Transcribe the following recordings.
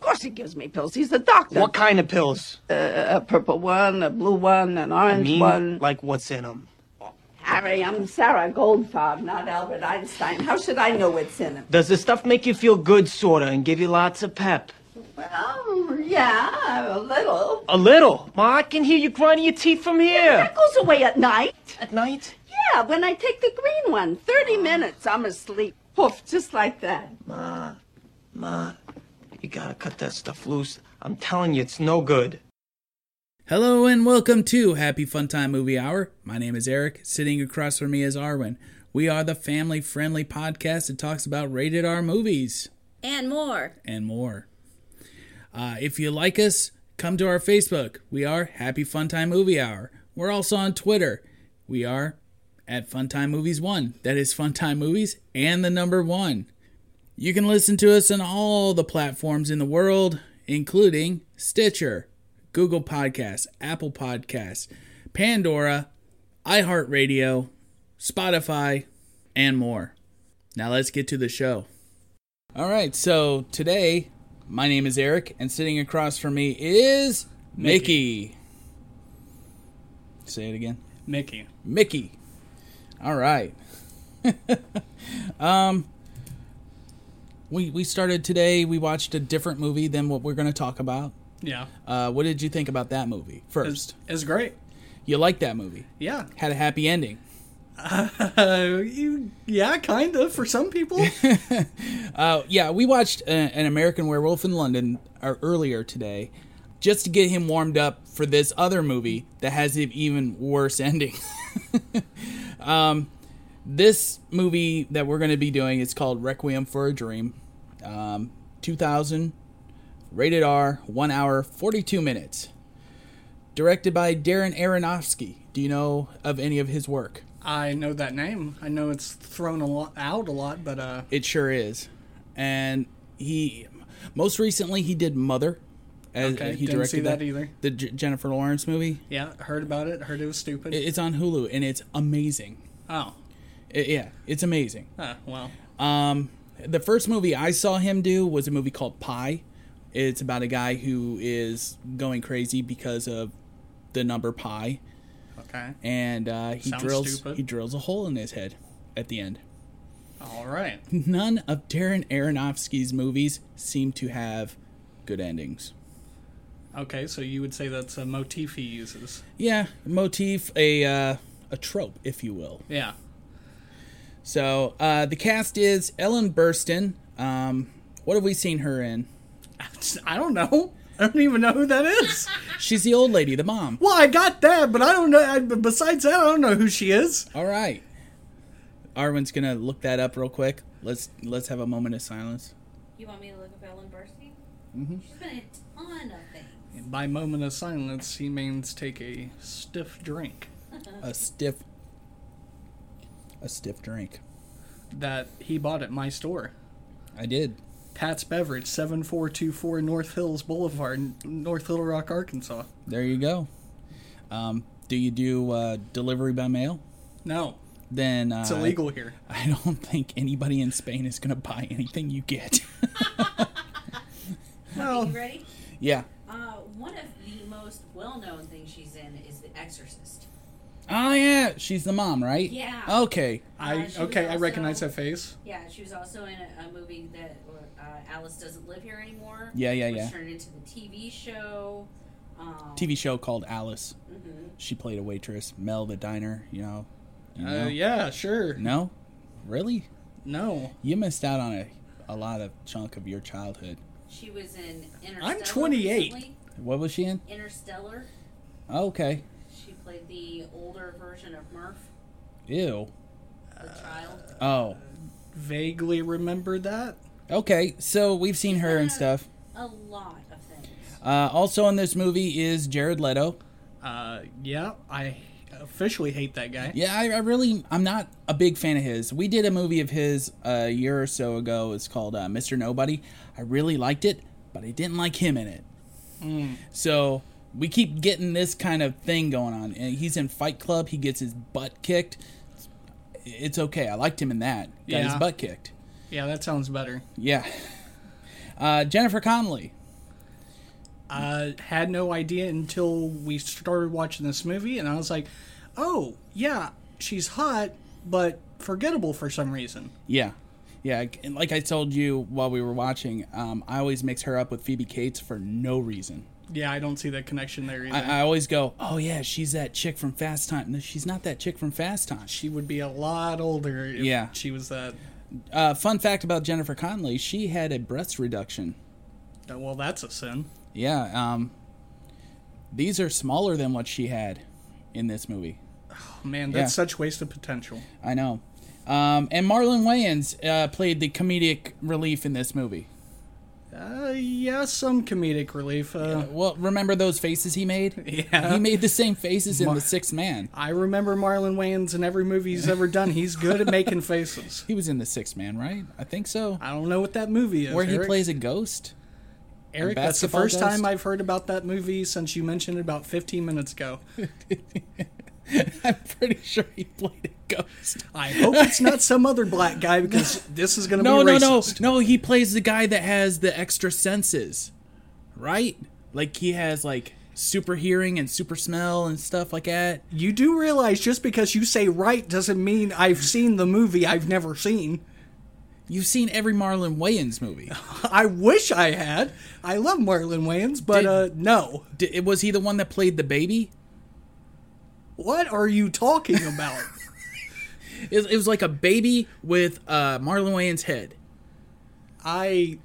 course he gives me pills. He's the doctor. What kind of pills? A purple one, a blue one, an I orange mean, one. like what's in them? Harry, I'm Sarah Goldfarb, not Albert Einstein. How should I know what's in him? Does the stuff make you feel good, sorta, and give you lots of pep? Well, yeah, a little. A little. Ma, I can hear you grinding your teeth from here. That goes away at night. At night? Yeah, when I take the green one. 30 minutes, I'm asleep. Poof, just like that. Ma, ma, you gotta cut that stuff loose. I'm telling you, it's no good. Hello and welcome to Happy Fun Time Movie Hour. My name is Eric. Sitting across from me is Arwen. We are the family friendly podcast that talks about rated R movies and more. and more. Uh, if you like us, come to our Facebook. We are Happy Fun Time Movie Hour. We're also on Twitter. We are at Funtime Movies 1. That is Funtime Movies and the number 1. You can listen to us on all the platforms in the world, including Stitcher, Google Podcasts, Apple Podcasts, Pandora, iHeartRadio, Spotify, and more. Now let's get to the show. All right, so today, my name is Eric, and sitting across from me is Mickey. Say it again. Mickey. Mickey. All right. um, we we started today. We watched a different movie than what we're going to talk about. Yeah. Uh, what did you think about that movie first? It's, it's great. You liked that movie? Yeah. Had a happy ending. Uh, you, yeah, kind of for some people. Uh, yeah, we watched uh an American Werewolf in London uh, earlier today, just to get him warmed up for this other movie that has an even worse ending. Um, this movie that we're going to be doing is called Requiem for a Dream. Um, 2000, rated R, 1 hour, 42 minutes. Directed by Darren Aronofsky. Do you know of any of his work? I know that name. I know it's thrown a lot out a lot, but uh, It sure is. And he, most recently, he did Mother. As, Okay, didn't see that either. The J- Jennifer Lawrence movie. yeah, heard about it. Heard it was stupid. It- It's on Hulu and it's amazing. oh, It- yeah, it's amazing. uh, well, the first movie I saw him do was a movie called Pi. It's about a guy who is going crazy because of the number pi, okay, and uh, he Sounds drills stupid. he drills a hole in his head at the end. all right. None of Darren Aronofsky's movies seem to have good endings. Okay, so you would say that's a motif he uses. Yeah, motif a uh, a trope, if you will. Yeah. So uh, the cast is Ellen Burstyn. Um, what have we seen her in? I don't know. I don't even know who that is. She's the old lady, the mom. well, I got that, but I don't know. I, besides that, I don't know who she is. All right. Arwen's gonna look that up real quick. Let's let's have a moment of silence. You want me to look up Ellen Burstyn? Mm-hmm. She's been in a ton of things. By moment of silence, he means take a stiff drink. A stiff, a stiff drink. that he bought at my store. I did. Pat's Beverage, 7424 North Hills Boulevard, N- North Little Rock, Arkansas. There you go. Um, do you do uh, delivery by mail? No, Then uh, it's illegal here. I don't think anybody in Spain is gonna buy anything you get. Well, You ready? yeah. Uh, one of the most well-known things she's in is The Exorcist. Oh yeah, she's the mom, right? Yeah. Okay. Uh, I she was okay, I also- recognize that face. Yeah, she was also in a, a movie that uh, Alice doesn't live here anymore. Yeah, yeah, which yeah. Turned into the TV show. Um, TV show called Alice. She played a waitress. Mel the diner. You know. You Uh, know? yeah, sure. No. Really? No, You missed out on a, a lot of chunk of your childhood. She was in Interstellar. 28. recently. What was she in? Interstellar. Oh, okay. She played the older version of Murph, Ew. the child. Oh. vaguely remember that. Okay, so we've seen her and stuff. A lot of things. Uh, also in this movie is Jared Leto. Uh, yeah, I officially hate that guy. Yeah, I, I really, I'm not a big fan of his. We did a movie of his a year or so ago. It's called uh, Mr. Nobody. I really liked it, but I didn't like him in it. So we keep getting this kind of thing going on. And he's in Fight Club. He gets his butt kicked. It's okay. I liked him in that. Got his Yeah. butt kicked. Yeah, that sounds better. Yeah. Uh, Jennifer Connelly. uh, had no idea until we started watching this movie, and I was like, oh, yeah, she's hot, but forgettable for some reason. Yeah. Yeah, and like I told you while we were watching, um, I always mix her up with Phoebe Cates for no reason. Yeah, I don't see that connection there either. I, I always go, "Oh yeah, she's that chick from Fast Time." No, she's not that chick from Fast Time. she would be a lot older if Yeah. she was that. Uh, fun fact about Jennifer Connelly: she had a breast reduction. Well, that's a sin. Yeah, um, these are smaller than what she had in this movie. Man, that's Yeah. such waste of potential. I know. Um, and Marlon Wayans uh, played the comedic relief in this movie. Uh, yeah, some comedic relief. Uh, Well, remember those faces he made? Yeah. he made the same faces in Mar- The Sixth Man. I remember Marlon Wayans in every movie he's ever done. He's good at making faces. He was in The Sixth Man, right? I think so. I don't know what that movie is. Where he Eric. plays a ghost. Eric, that's the basketball first ghost? time I've heard about that movie since you mentioned it about 15 minutes ago. I'm pretty sure he played a ghost. I hope it's not some other black guy because this is going to No, be no, racist. no, no. He plays the guy that has the extra senses, right? Like he has like super hearing and super smell and stuff like that. You do realize just because you say right doesn't mean I've seen the movie I've never seen. You've seen every Marlon Wayans movie. I wish I had. I love Marlon Wayans, but Did- uh, no. D- was he the one that played the baby? What are you talking about? It, it was like a baby with uh, Marlon Wayans' head. I.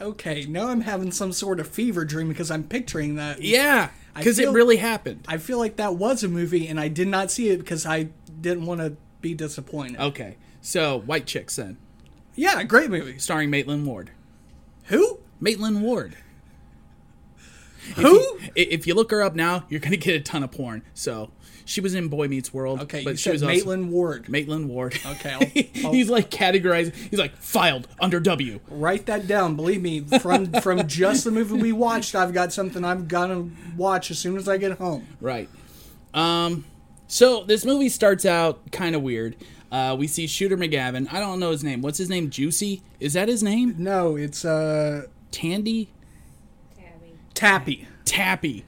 Okay, now I'm having some sort of fever dream because I'm picturing that. Yeah, I because it feel- really happened. I feel like that was a movie and I did not see it because I didn't want to be disappointed. Okay, so White Chicks then, Yeah, great movie. starring Maitland Ward. Who? Maitland Ward. Who? I- If you look her up now, you're gonna get a ton of porn. So she was in Boy Meets World. Okay, but you she said was also- Maitland Ward. Maitland Ward. Okay, I'll- I'll- he's like categorized. He's like filed under W. Write that down. Believe me, from from just the movie we watched, I've got something I'm gonna watch as soon as I get home. Right. Um. So this movie starts out kind of weird. Uh, we see Shooter McGavin. I don't know his name. What's his name? Juicy? Is that his name? No, it's uh Tandy? Tabby. Tappy, Tappy.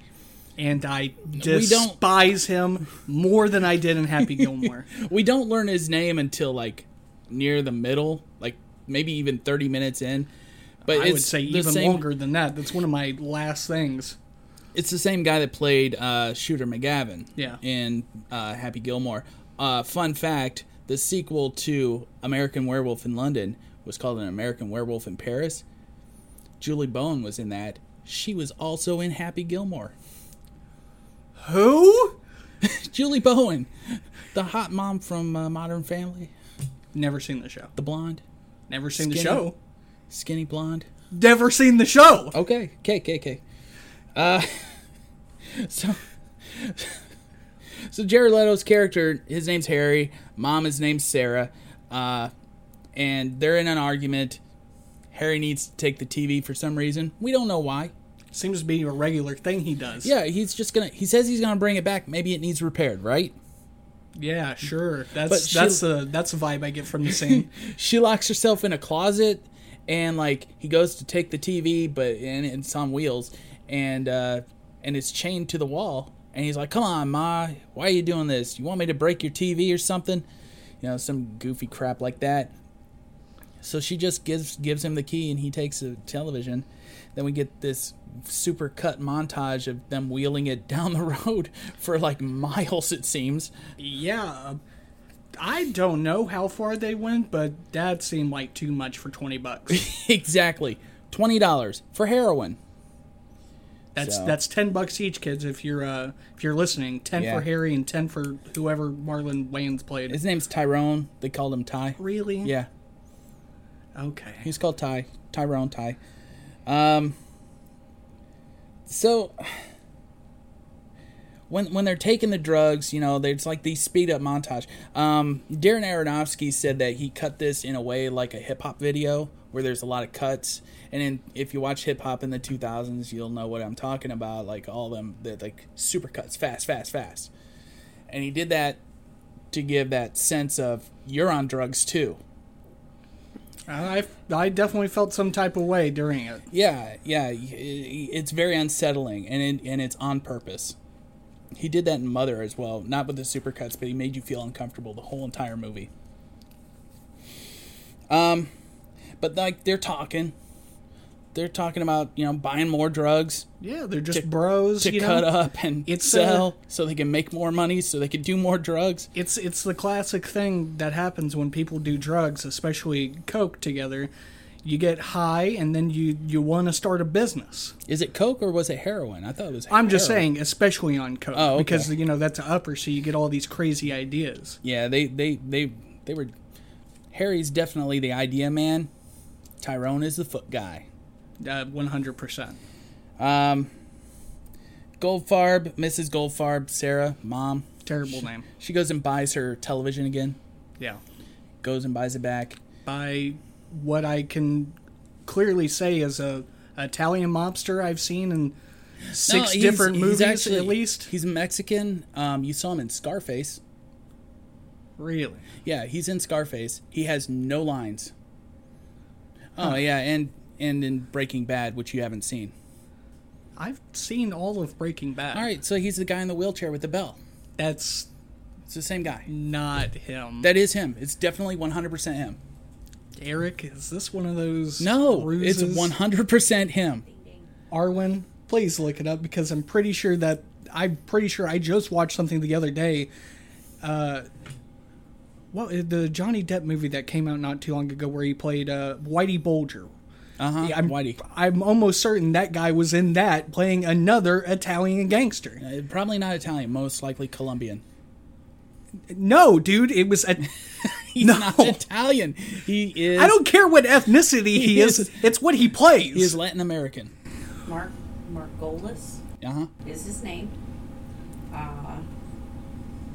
and I don't- despise him more than I did in Happy Gilmore. We don't learn his name until like near the middle, like maybe even 30 minutes in. But I it's would say the even same- longer than that. That's one of my last things. it's the same guy that played uh, Shooter McGavin Yeah. in uh, Happy Gilmore. Uh, fun fact the sequel to American Werewolf in London was called An American Werewolf in Paris. Julie Bowen was in that. She was also in Happy Gilmore. Who? Julie Bowen, the hot mom from uh, Modern Family, Never seen the show. the blonde, Never seen the Skinny. show. skinny blonde. Never seen the show. Okay, okay, okay, okay. Uh, so, so Jared Leto's character, his name's Harry. Mom is named Sarah, uh, and they're in an argument. Harry needs to take the TV for some reason. We don't know why. Seems to be a regular thing he does. Yeah, he's just gonna. He says he's gonna bring it back. Maybe it needs repaired, right? yeah, sure. But That's she- that's the that's the vibe I get from the scene. She locks herself in a closet, and like he goes to take the TV, but and it's on wheels, and uh, and it's chained to the wall. And he's like, "Come on, Ma, why are you doing this? You want me to break your TV or something? You know, some goofy crap like that." So she just gives gives him the key, and he takes the television. Then we get this super cut montage of them wheeling it down the road for like miles, it seems. Yeah. I don't know how far they went, but that seemed like too much for 20 bucks. exactly, twenty dollars for heroin. That's So- that's 10 bucks each kids if you're uh if you're listening. 10 Yeah. for Harry and 10 for whoever Marlon Wayans played. His name's Tyrone. They called him Ty. really? Yeah, Okay. he's called Ty. Tyrone Ty. Um. So when when they're taking the drugs, you know, there's like these speed up montage. Um, Darren Aronofsky said that he cut this in a way like a hip hop video where there's a lot of cuts. And then if you watch hip hop in the 2000s, you'll know what I'm talking about. Like all them, the like super cuts, fast, fast, fast. And he did that to give that sense of you're on drugs too. I I definitely felt some type of way during it. Yeah, yeah, y- i- it's very unsettling, and it, and it's on purpose. He did that in Mother as well, not with the supercuts, but he made you feel uncomfortable the whole entire movie. Um, but like they're talking, they're talking about you know buying more drugs Yeah, they're just bros. to you know? cut up and it's, sell uh, so they can make more money, so they can do more drugs. It's it's the classic thing that happens when people do drugs, especially coke together. You get high and then you you want to start a business. Is it coke or was it heroin? I thought it was. I'm just heroin. saying, especially on coke, Oh, okay. because you know that's a upper, so you get all these crazy ideas. Yeah, they they they they were. Harry's definitely the idea man. Tyrone is the foot guy. Uh, One hundred percent. Goldfarb, Mrs. Goldfarb, Sarah, mom. Terrible name. She goes and buys her television again. Yeah. Goes and buys it back. By what I can clearly say as a Italian mobster I've seen in No, six he's- different he's movies actually- at least. He's Mexican. Um, you saw him in Scarface. Really. Yeah, he's in Scarface. He has no lines. Oh yeah, and and in Breaking Bad, which you haven't seen. I've seen all of Breaking Bad. All right, so he's the guy in the wheelchair with the bell. That's It's the same guy. not him. That is him. It's definitely 100% him. Eric, is this one of those? No, ruses? it's 100% him. Arwen, please look it up because I'm pretty sure that I'm pretty sure I just watched something the other day. Uh, what the Johnny Depp movie that came out not too long ago where he played uh, Whitey Bulger. Uh huh. Yeah, I'm, Whitey. I'm almost certain that guy was in that playing another Italian gangster. Uh, Probably not Italian, most likely Colombian. No, dude, it was. A, He's No. not Italian. He is. I don't care what ethnicity he is- is. It's what he plays. He is Latin American. Mark Mark Goldus Uh huh. is his name. Uh,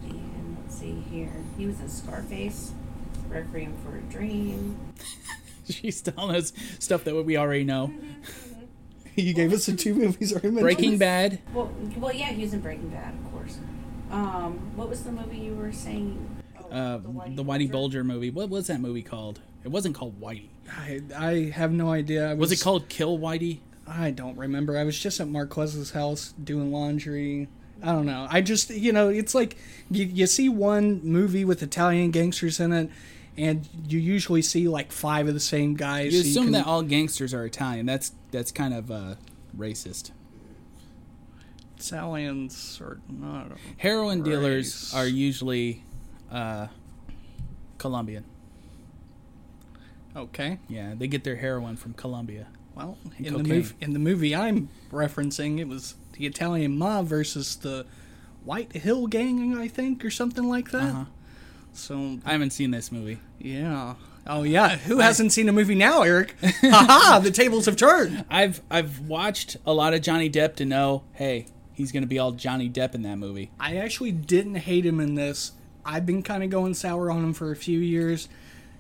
and let's see here. He was in Scarface, Requiem for a Dream. She's telling us stuff that we already know. you gave us the two movies. already mentioned. Breaking Bad. Well, well, yeah, he was in Breaking Bad, of course. Um, what was the movie you were saying? Oh, Uh, the Whitey Bulger movie. What was that movie called? It wasn't called Whitey. I, I have no idea. I Was it called Kill Whitey? I don't remember. I was just at Marquez's house doing laundry. I don't know. I just, you know, it's like you, you see one movie with Italian gangsters in it, and you usually see like five of the same guys. You so assume can- that all gangsters are Italian. That's that's kind of uh, racist. Italians are not. Heroin dealers Race. are usually uh, Colombian. Okay. Yeah, they get their heroin from Colombia. Well, And in the, cocaine. mov- in the movie I'm referencing, it was the Italian mob versus the White Hill Gang, I think, or something like that. Uh-huh. So I haven't seen this movie. Yeah. Oh yeah. Who hasn't seen a movie now, Eric? Haha, the tables have turned. I've I've watched a lot of Johnny Depp to know, hey, he's gonna be all Johnny Depp in that movie. I actually didn't hate him in this. I've been kind of going sour on him for a few years.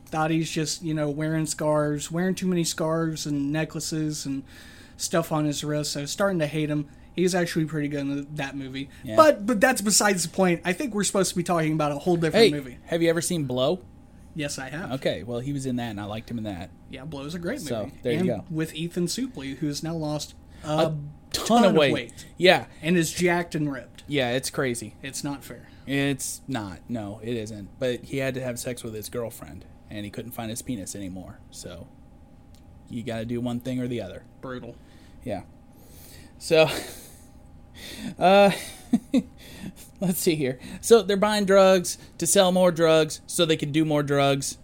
Thought he's just, you know, wearing scarves, wearing too many scarves and necklaces and stuff on his wrists. I was starting to hate him. He's actually pretty good in that movie. Yeah. But but that's besides the point. I think we're supposed to be talking about a whole different Hey, movie. have you ever seen Blow? Yes, I have. Okay, well he was in that, and I liked him in that. Yeah, Blow's a great movie. So, there you and go. with Ethan Supley, who's now lost a, Ton, of, weight. Yeah, and is jacked and ripped. yeah, it's crazy. It's not fair. It's not. No, it isn't. But he had to have sex with his girlfriend, and he couldn't find his penis anymore. So you got to do one thing or the other. Brutal. Yeah. So, uh, let's see here. So they're buying drugs to sell more drugs so they can do more drugs.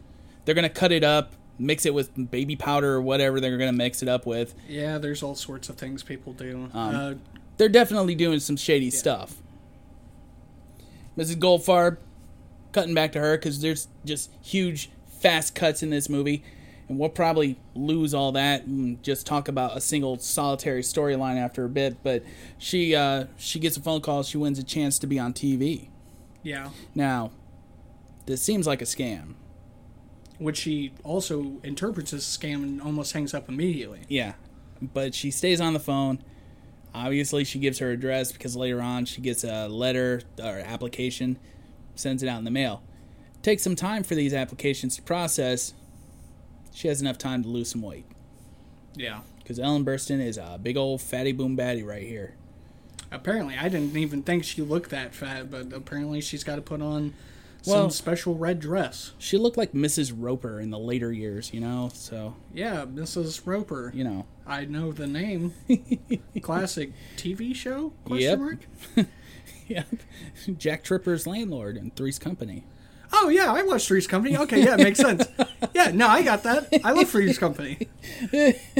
They're going to cut it up, mix it with baby powder or whatever they're going to mix it up with. Yeah, there's all sorts of things people do. Um, uh, They're definitely doing some shady stuff. Mrs. Goldfarb, cutting back to her because there's just huge, fast cuts in this movie. And we'll probably lose all that and just talk about a single solitary storyline after a bit. But she uh, she gets a phone call. She wins a chance to be on TV. yeah, Now, this seems like a scam. which she also interprets as a scam and almost hangs up immediately. Yeah, but she stays on the phone. Obviously, she gives her address because later on she gets a letter or application, sends it out in the mail. Takes some time for these applications to process. she has enough time to lose some weight. Yeah. Because Ellen Burstyn is a big old fatty boom batty right here. Apparently, I didn't even think she looked that fat, but apparently she's got to put on Well- some special red dress. She looked like Mrs. Roper in the later years, you know? So, Yeah, Mrs. Roper. you know. I know the name. Classic TV show? Question Yep. mark. Yep. Jack Tripper's landlord in Three's Company. Oh yeah, I watched Three's Company. Okay, yeah, it makes sense. Yeah, no, I got that. I love Three's Company.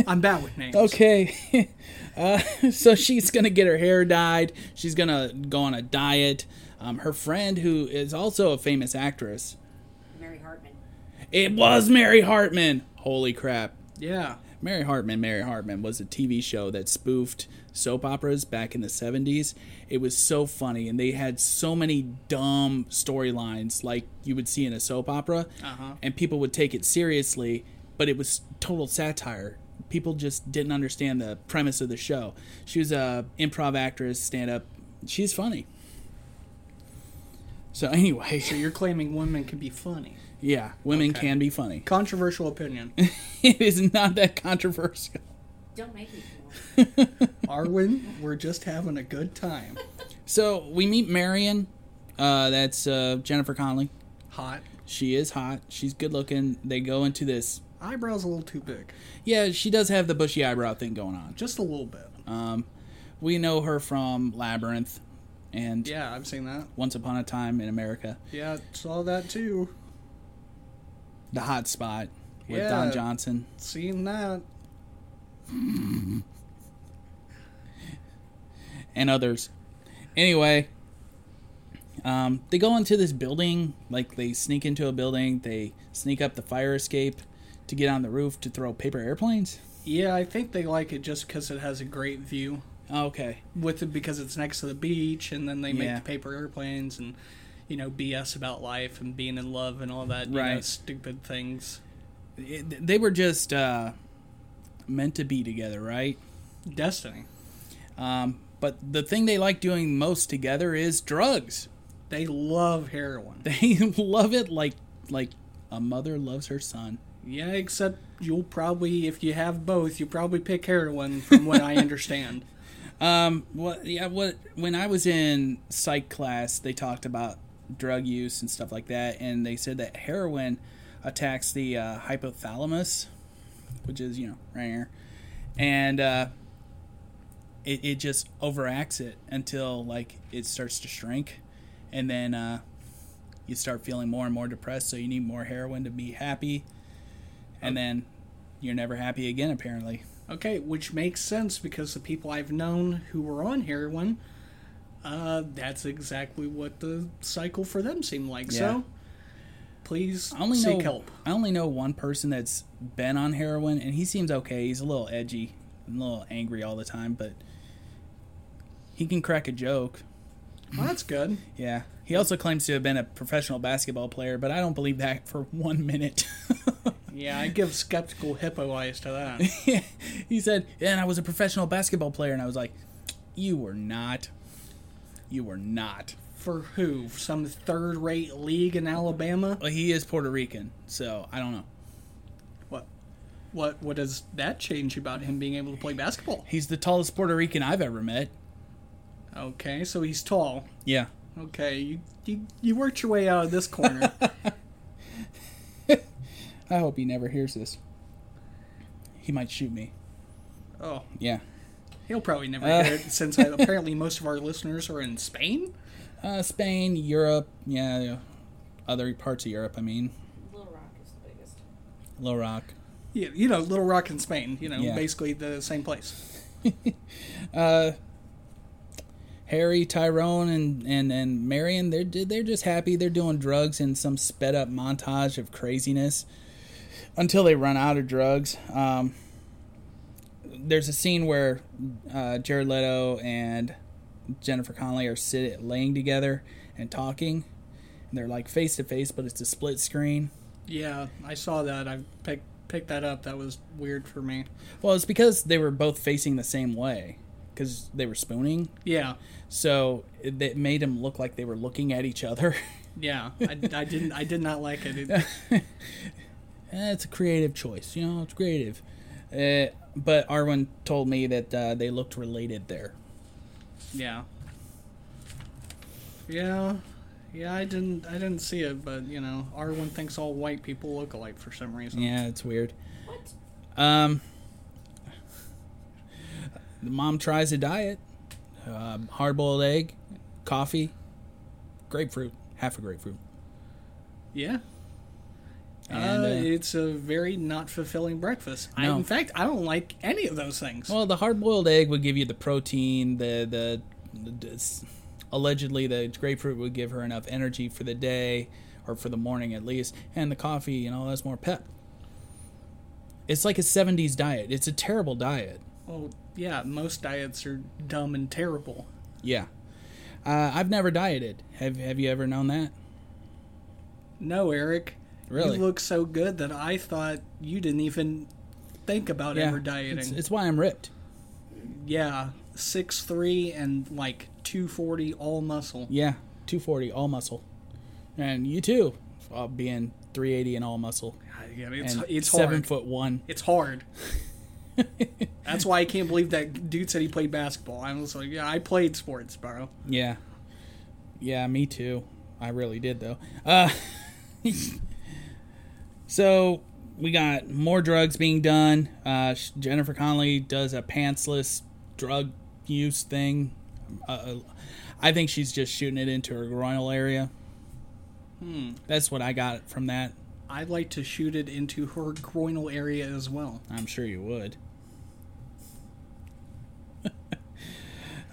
I'm bad with names. Okay. uh, so she's going to get her hair dyed. She's going to go on a diet. Um, her friend, who is also a famous actress, Mary Hartman. it was Mary Hartman. Holy crap. Yeah. Mary Hartman, Mary Hartman was a TV show that spoofed soap operas back in the 70s. It was so funny, and they had so many dumb storylines like you would see in a soap opera, Uh-huh. and people would take it seriously, but it was total satire. People just didn't understand the premise of the show. She was a improv actress, stand up. She's funny. So anyway, So you're claiming women can be funny. yeah, women Okay. can be funny. Controversial opinion. It is not that controversial. Don't make me feel. Arwen, we're just having a good time. So we meet Marion. Uh, that's uh, Jennifer Connelly. Hot. She is hot. She's good looking. They go into this. Eyebrows a little too big. Yeah, she does have the bushy eyebrow thing going on. Just a little bit. Um, we know her from Labyrinth and Yeah, I've seen that. Once Upon a Time in America, Yeah, saw that too. The Hot Spot with Yeah. Don Johnson. Seen that. and others. Anyway, um, they go into this building, like they sneak into a building, they sneak up the fire escape to get on the roof to throw paper airplanes. Yeah, I think they like it just because it has a great view. Okay. With it because it's next to the beach, and then they make Yeah. the paper airplanes and you know BS about life and being in love and all that you know, Right. stupid things. It- they were just uh, meant to be together, right? Destiny. Um, but the thing they like doing most together is drugs. They love heroin. They love it like like a mother loves her son. Yeah, except you'll probably if you have both, you probably pick heroin from what I understand. Um, what? Yeah, what? When I was in psych class, they talked about drug use and stuff like that, and they said that heroin attacks the uh, hypothalamus, which is you know right here, and uh, it it just overacts it until like it starts to shrink, and then uh, you start feeling more and more depressed. So you need more heroin to be happy, and then you're never happy again apparently. Okay, which makes sense because the people I've known who were on heroin, uh, that's exactly what the cycle for them seemed like. Yeah. So please I only seek know help. I only know one person that's been on heroin, and he seems okay. He's a little edgy, and a little angry all the time, but he can crack a joke. Well, that's good. Yeah. He also claims to have been a professional basketball player, but I don't believe that for one minute. Yeah, I give skeptical hippo eyes to that. he said, "And I was a professional basketball player," and I was like, "You were not. You were not." For who? Some third rate league in Alabama? Well, he is Puerto Rican, so I don't know. What what what does that change about him being able to play basketball? He's the tallest Puerto Rican I've ever met. Okay, so he's tall. Yeah. Okay, you you, you worked your way out of this corner. I hope he never hears this. He might shoot me. oh. Yeah. He'll probably never Uh. hear it since apparently most of our listeners are in Spain. Uh, Spain, Europe, yeah, yeah. other parts of Europe. I mean, Little Rock is the biggest. Little Rock. Yeah, you know, Little Rock and Spain, you know, Yeah. basically the same place. Harry, Tyrone, and and and Marion, they're they're just happy. They're doing drugs in some sped up montage of craziness until they run out of drugs. Um, there's a scene where uh, Jared Leto and Jennifer Connelly are sitting laying together and talking. And they're like face to face, but it's a split screen. Yeah, I saw that. I picked picked that up. That was weird for me. Well, it's because they were both facing the same way because they were spooning. Yeah, So it, it made them look like they were looking at each other. yeah. I, I didn't. I did not like it. it eh, it's a creative choice. You know, it's creative. Uh, but Arwen told me that uh, they looked related there. Yeah. Yeah. Yeah, I didn't I didn't see it, but you know, Arwen thinks all white people look alike for some reason. Yeah, it's weird. What? Um, the mom tries a diet: um, hard-boiled egg, coffee, grapefruit, half a grapefruit. Yeah. And, uh, uh, it's a very not fulfilling breakfast. I, No. in fact, I don't like any of those things. Well, the hard-boiled egg would give you the protein. The the, the dis- allegedly the grapefruit would give her enough energy for the day, or for the morning at least, and the coffee you know that's more pep. It's like a '70s diet. It's a terrible diet. well, yeah, most diets are dumb and terrible. Yeah, uh, I've never dieted. Have Have you ever known that? No, Eric, Really? you look so good that I thought you didn't even think about yeah. ever dieting. It's, it's why I'm ripped. yeah, six three and like two forty, all muscle. Yeah, 240 all muscle, and you too, uh, being 380 and all muscle, Yeah, I mean, it's and it's seven hard. foot one. It's hard. That's why I can't believe that dude said he played basketball. I was like, yeah, I played sports, bro. Yeah. Yeah, me too. I really did though. Uh So we got more drugs being done. Uh, sh- Jennifer Connelly does a pantsless drug use thing. Uh, I think she's just shooting it into her groinal area. Hmm. That's what I got from that. I'd like to shoot it into her groinal area as well. I'm sure you would.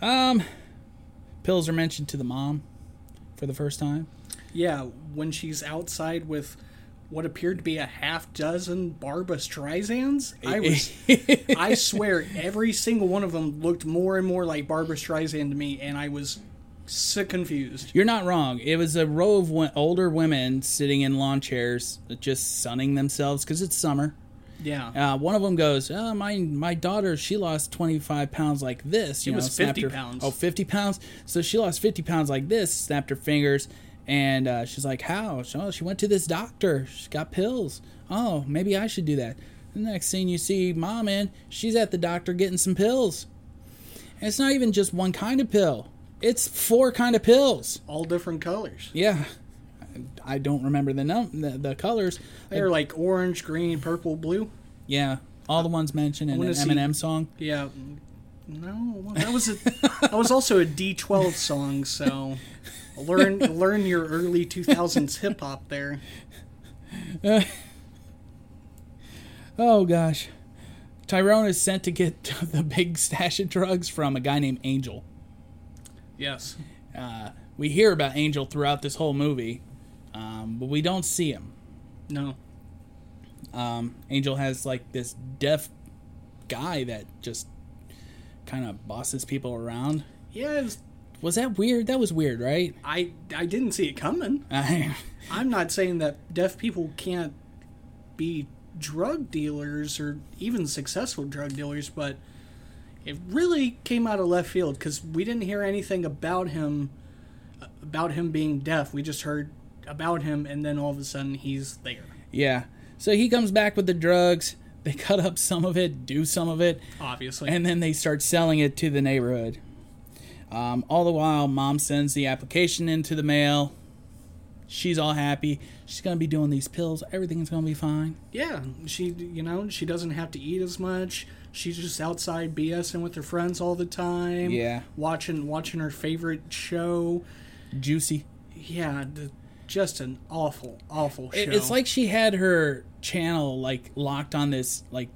um, Um, pills are mentioned to the mom for the first time. Yeah, when she's outside with what appeared to be a half dozen Barbra Streisands, I was. I swear, every single one of them looked more and more like Barbra Streisand to me, and I was so confused. You're not wrong. It was a row of wo- older women sitting in lawn chairs, just sunning themselves because it's summer. Yeah. Uh, one of them goes, oh, "My my daughter, she lost 25 pounds like this. You know, was snapped 50 her- pounds. Oh, 50 pounds. So she lost 50 pounds like this. Snapped her fingers, and uh, she's like, "How? She, oh, she went to this doctor. She got pills. Oh, maybe I should do that." The next thing you see, mom in, she's at the doctor getting some pills. And it's not even just one kind of pill. It's four kind of pills. All different colors. Yeah, I, I don't remember the num the, the colors. They're like orange, green, purple, blue. Yeah, all the ones mentioned in wanna an see- Eminem song. Yeah. No, well, that was a that was also a D12 song, so learn learn your early 2000s hip hop there. Oh gosh. Tyrone is sent to get the big stash of drugs from a guy named Angel. Yes. Uh, we hear about Angel throughout this whole movie, um, but we don't see him. No. Um, Angel has like this deaf guy that just kind of bosses people around. Yeah, it was- Was that weird? That was weird, right? I I didn't see it coming. I, I'm not saying that deaf people can't be drug dealers or even successful drug dealers, but it really came out of left field because we didn't hear anything about him about him being deaf. We just heard about him, and then all of a sudden he's there. yeah. So he comes back with the drugs. They cut up some of it, do some of it, Obviously, and then they start selling it to the neighborhood. Um, all the while, mom sends the application into the mail. She's all happy. She's gonna be doing these pills. Everything's gonna be fine. yeah, she you know she doesn't have to eat as much. She's just outside BSing with her friends all the time. Yeah. watching watching her favorite show. Juicy. Yeah, the, just an awful, awful show. It- It's like she had her channel like locked on this like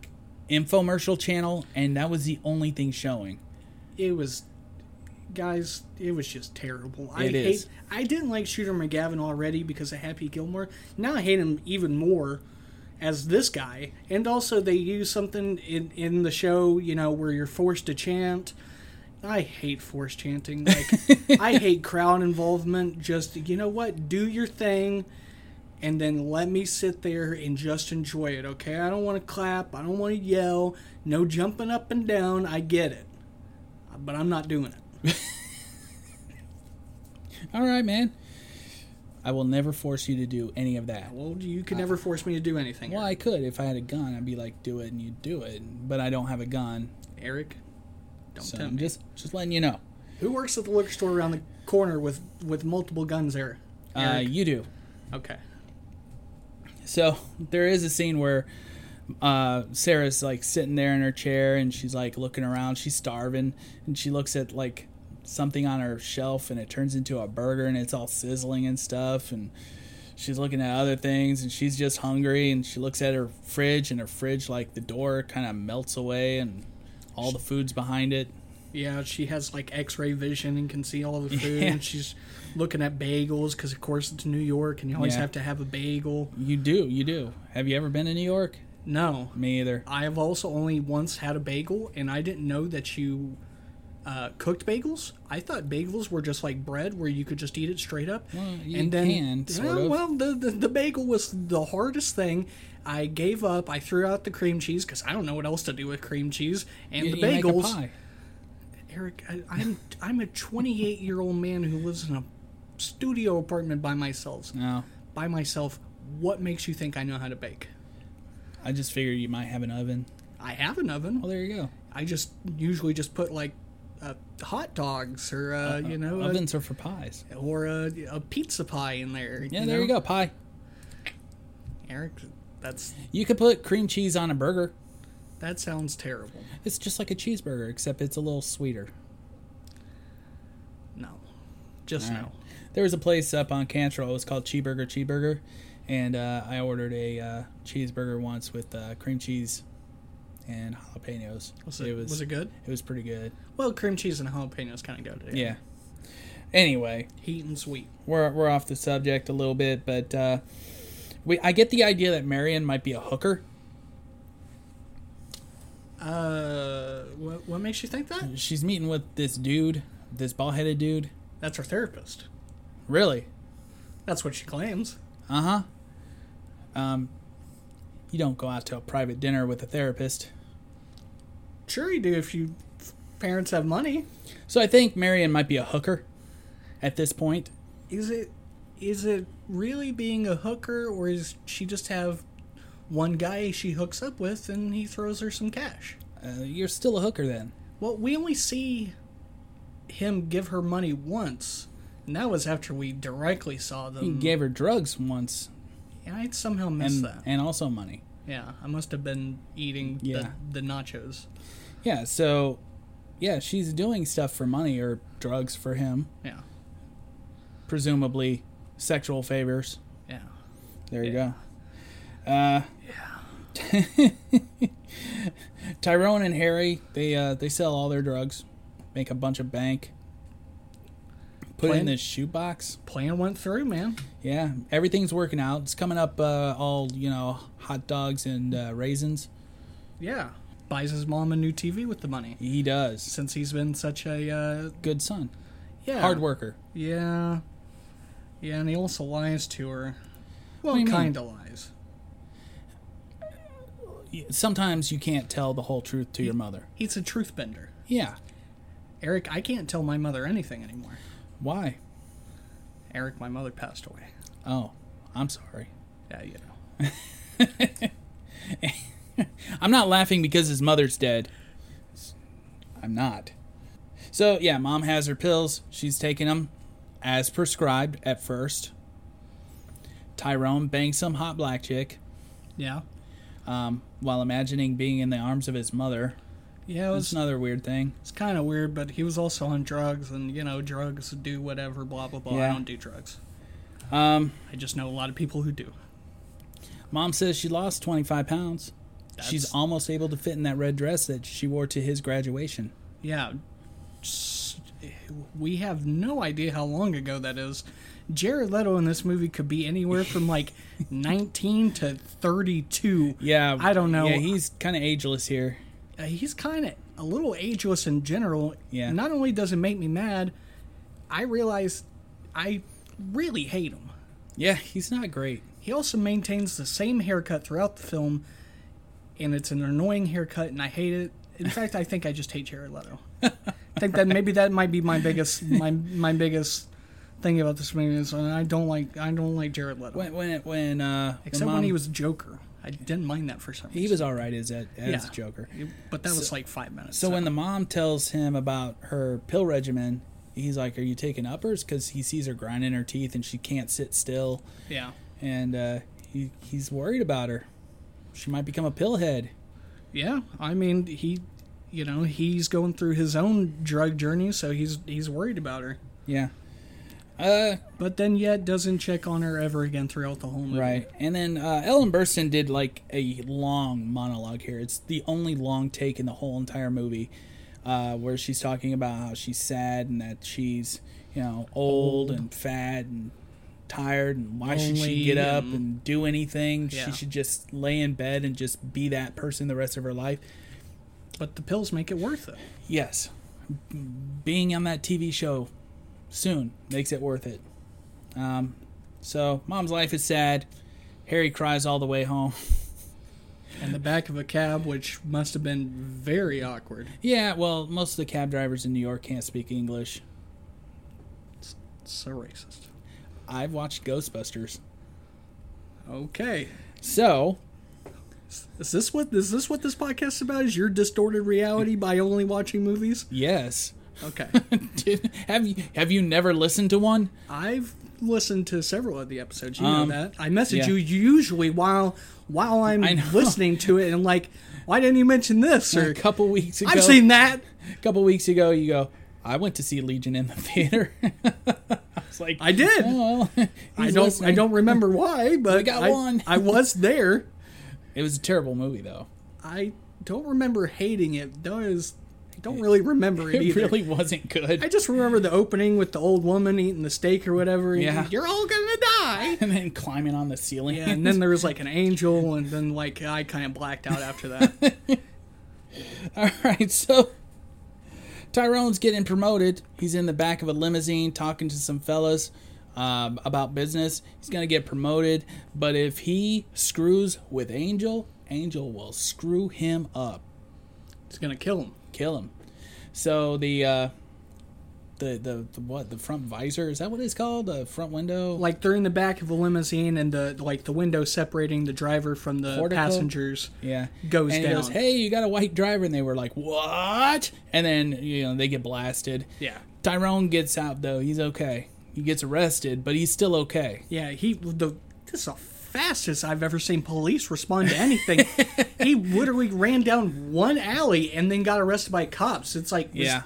infomercial channel, and that was the only thing showing. it was, guys. It was just terrible. I It hate. is. I didn't like Shooter McGavin already because of Happy Gilmore. Now I hate him even more as this guy. And also they use something in in the show, you know, where you're forced to chant. I hate forced chanting. Like I hate crowd involvement. Just you know what? Do your thing. and then let me sit there and just enjoy it, okay? I don't want to clap. I don't want to yell. No jumping up and down. I get it. But I'm not doing it. All right, man. I will never force you to do any of that. Well, you could never force me to do anything. Well, I could if I had a gun. I'd be like, do it, and you'd do it. But I don't have a gun, Eric. Don't so tempt I'm me. just just letting you know. Who works at the liquor store around the corner with with multiple guns there? Uh, Eric. you do. Okay. So there is a scene where uh, Sarah's like sitting there in her chair and she's like looking around. She's starving and she looks at like something on her shelf and it turns into a burger and it's all sizzling and stuff. And she's looking at other things and she's just hungry and she looks at her fridge and her fridge like the door kind of melts away and all the food's behind it. Yeah, she has like X-ray vision and can see all the food. Yeah. And she's looking at bagels because, of course, it's New York, and you always Yeah. have to have a bagel. You do, you do. Have you ever been to New York? No, Me either. I have also only once had a bagel, and I didn't know that you uh, cooked bagels. I thought bagels were just like bread, where you could just eat it straight up. Well, you and then, can, sort Yeah, of. Well, the, the the bagel was the hardest thing. I gave up. I threw out the cream cheese because I don't know what else to do with cream cheese and You- the you make a bagels. pie. Eric, I, I'm I'm a 28 year old man who lives in a studio apartment by myself. No. By myself, what makes you think I know how to bake? I just figured you might have an oven. I have an oven. Well, there you go. I just usually just put like uh, hot dogs or uh, you know a, ovens are for pies. or a, a pizza pie in there. Yeah, there you go, pie. Eric. That's You could put cream cheese on a burger. that sounds terrible. It's just like a cheeseburger, except it's a little sweeter. No, just no. There was a place up on Cantrell. It was called Cheeburger Cheeburger, and uh, I ordered a uh, cheeseburger once with uh, cream cheese and jalapenos. Was it, was, it good? It was pretty good. Well, cream cheese and jalapenos kind of go together. Yeah. Anyway, heat and sweet. we're we're off the subject a little bit, but uh, we I get the idea that Marion might be a hooker. Uh, what, what makes you think that? She's meeting with this dude, this bald-headed dude. That's her therapist. Really? That's what she claims. Uh huh. Um, you don't go out to a private dinner with a therapist. Sure, you do if you if parents have money. So I think Marion might be a hooker at this point. Is it is it really being a hooker, or is she just have one guy she hooks up with and he throws her some cash? Uh, you're still a hooker then. Well, we only see him give her money once, and that was after we directly saw them. You gave her drugs once and I somehow missed and, that. and also money. yeah, I must have been eating Yeah. the, the nachos. Yeah, so yeah, she's doing stuff for money or drugs for him, Yeah, presumably sexual favors. yeah. There you go. Uh, Tyrone and Harry, they uh, they sell all their drugs, make a bunch of bank, put it in Plan- this shoebox. Plan went through, man. Yeah, everything's working out. It's coming up uh, all you know, hot dogs and uh, raisins. Yeah, buys his mom a new TV with the money. He does. since he's been such a uh, Good son, yeah hard worker. Yeah, yeah, and he also lies to her. Well, do you mean? kind of lies. Sometimes you can't tell the whole truth to your mother. He's a truth bender. Yeah. Eric, I can't tell my mother anything anymore. Why? Eric, my mother passed away. Oh, I'm sorry. Yeah, you know. I'm not laughing because his mother's dead. I'm not. So, yeah, mom has her pills. She's taking them as prescribed at first. Tyrone bangs some hot black chick Yeah, um, while imagining being in the arms of his mother. yeah, it That's was another weird thing. it's kind of weird, but he was also on drugs, and you know, drugs do whatever, blah blah blah. Yeah. I don't do drugs. Um, I just know a lot of people who do. mom says she lost 25 pounds. She's That's- almost able to fit in that red dress that she wore to his graduation. Yeah. S- We have no idea how long ago that is. Jared Leto in this movie could be anywhere from like 19 to 32. Yeah, I don't know. Yeah, he's kind of ageless here. Uh, he's kind of a little ageless in general. Yeah. Not only does it make me mad, I realize I really hate him. Yeah, he's not great. He also maintains the same haircut throughout the film, and it's an annoying haircut, and I hate it. In fact, I think I just hate Jared Leto. I think that maybe that might be my biggest my my biggest thing about this movie is uh, I don't like I don't like Jared Leto When when when uh except mom, when he was Joker. I didn't mind that for some reason. he was all right as as Yeah. Joker. but that was like five minutes. So when the mom tells him about her pill regimen, he's like, "Are you taking uppers?" Because he sees her grinding her teeth and she can't sit still, yeah and uh, he he's worried about her. She might become a pillhead. yeah I mean he you know he's going through his own drug journey, so he's he's worried about her. Yeah. Uh, But then yet doesn't check on her ever again throughout the whole movie. right. And then uh, Ellen Burstyn did like a long monologue here. It's the only long take in the whole entire movie, uh, where she's talking about how she's sad and that she's you know old, and fat and tired and why should she Lonely get up and- and do anything? Yeah. She should just lay in bed and just be that person the rest of her life. But the pills make it worth it. Yes, being on that TV show soon makes it worth it. Um, so mom's life is sad. Harry cries all the way home. In the back of a cab, which must have been very awkward. Yeah, well, most of the cab drivers in New York can't speak English. So racist. I've watched Ghostbusters, Okay. so Is this what is this what this podcast is about? Is your distorted reality by only watching movies? yes. Okay. Did- have you have you never listened to one? I've listened to several of the episodes. You Um, know that. I message yeah. you usually while while I'm I know. listening to it and like, why didn't you mention this? A Or couple weeks ago, I've seen that. a couple weeks ago, you go. I went to see Legion in the theater. I was like, I did. Oh, well, I he's don't I listening. don't remember why, but got I, one. I was there. It was a terrible movie, though. I don't remember hating it. Does I don't really remember it, It either. really wasn't good. I just remember the opening with the old woman eating the steak or whatever. and Yeah. You're all gonna die. and then climbing on the ceiling. Yeah, and then there was like an angel, and then like I kind of blacked out after that. All right, so Tyrone's getting promoted. He's in the back of a limousine talking to some fellas um, about business. He's going to get promoted, but if he screws with Angel, Angel will screw him up, It's gonna kill him. kill him. So the. Uh, the, the, the what the front visor is that what it's called the front window Like they're in the back of a limousine, and the like the window separating the driver from the Portico? passengers. yeah goes and he goes down. hey you got a white driver and they were like what and then you know they get blasted Yeah. Tyrone gets out though. He's okay. He gets arrested, but he's still okay. Yeah, he the this is the fastest I've ever seen police respond to anything. he literally ran down one alley and then got arrested by cops. It's like was- Yeah.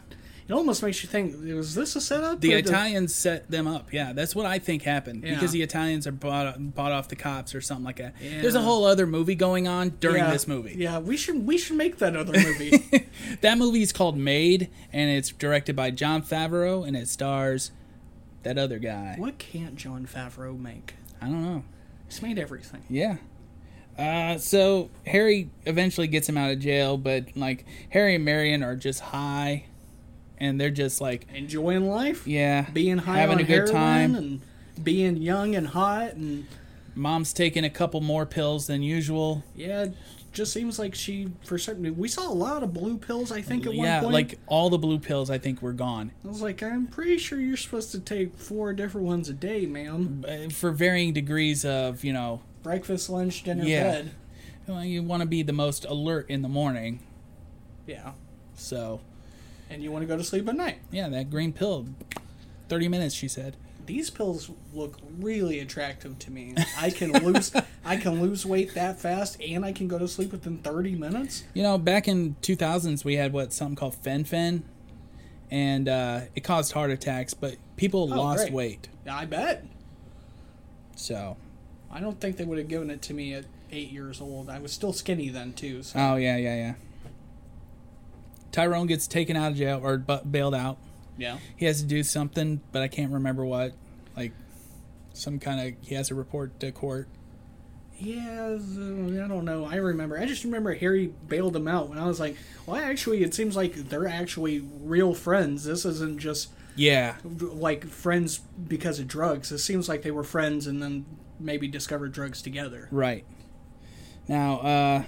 it almost makes you think was this a setup? The or did- Italians set them up. Yeah, that's what I think happened Yeah. because the Italians are bought bought off the cops or something like that. There's a Yeah. whole other movie going on during yeah, this movie. Yeah, we should we should make that other movie. That movie is called Made, and it's directed by John Favreau, and it stars that other guy. what can't John Favreau make? I don't know. He's made everything. Yeah. Uh, so Harry eventually gets him out of jail, but like Harry and Marion are just high, and they're just like, Enjoying life. yeah, Being high having on a good heroin time. and being young and hot and Mom's taking a couple more pills than usual. yeah, it just seems like she for certain we saw a lot of blue pills I think at yeah, one point. like all the blue pills I think were gone I was like, I'm pretty sure you're supposed to take four different ones a day, ma'am. Uh, for varying degrees of, you know, Breakfast, lunch, dinner, Yeah. bed. well, you want to be the most alert in the morning. Yeah. So, And you want to go to sleep at night. yeah, that green pill 30 minutes she said. These pills look really attractive to me. I can lose I can lose weight that fast and I can go to sleep within 30 minutes. You know, back in 2000s we had what something called fenfen and uh, it caused heart attacks, but people Oh, lost great. weight. I bet. So, I don't think they would have given it to me at 8 years old. I was still skinny then too. So oh yeah, yeah, yeah. Tyrone gets taken out of jail or bu- bailed out. yeah. he has to do something, but I can't remember what. Like some kind of he has to report to court. Yeah, I don't know. I remember. I just remember Harry bailed him out, and I was like, "Well, actually, it seems like they're actually real friends. This isn't just Yeah, like friends because of drugs. It seems like they were friends, and then maybe discovered drugs together." right. Now, uh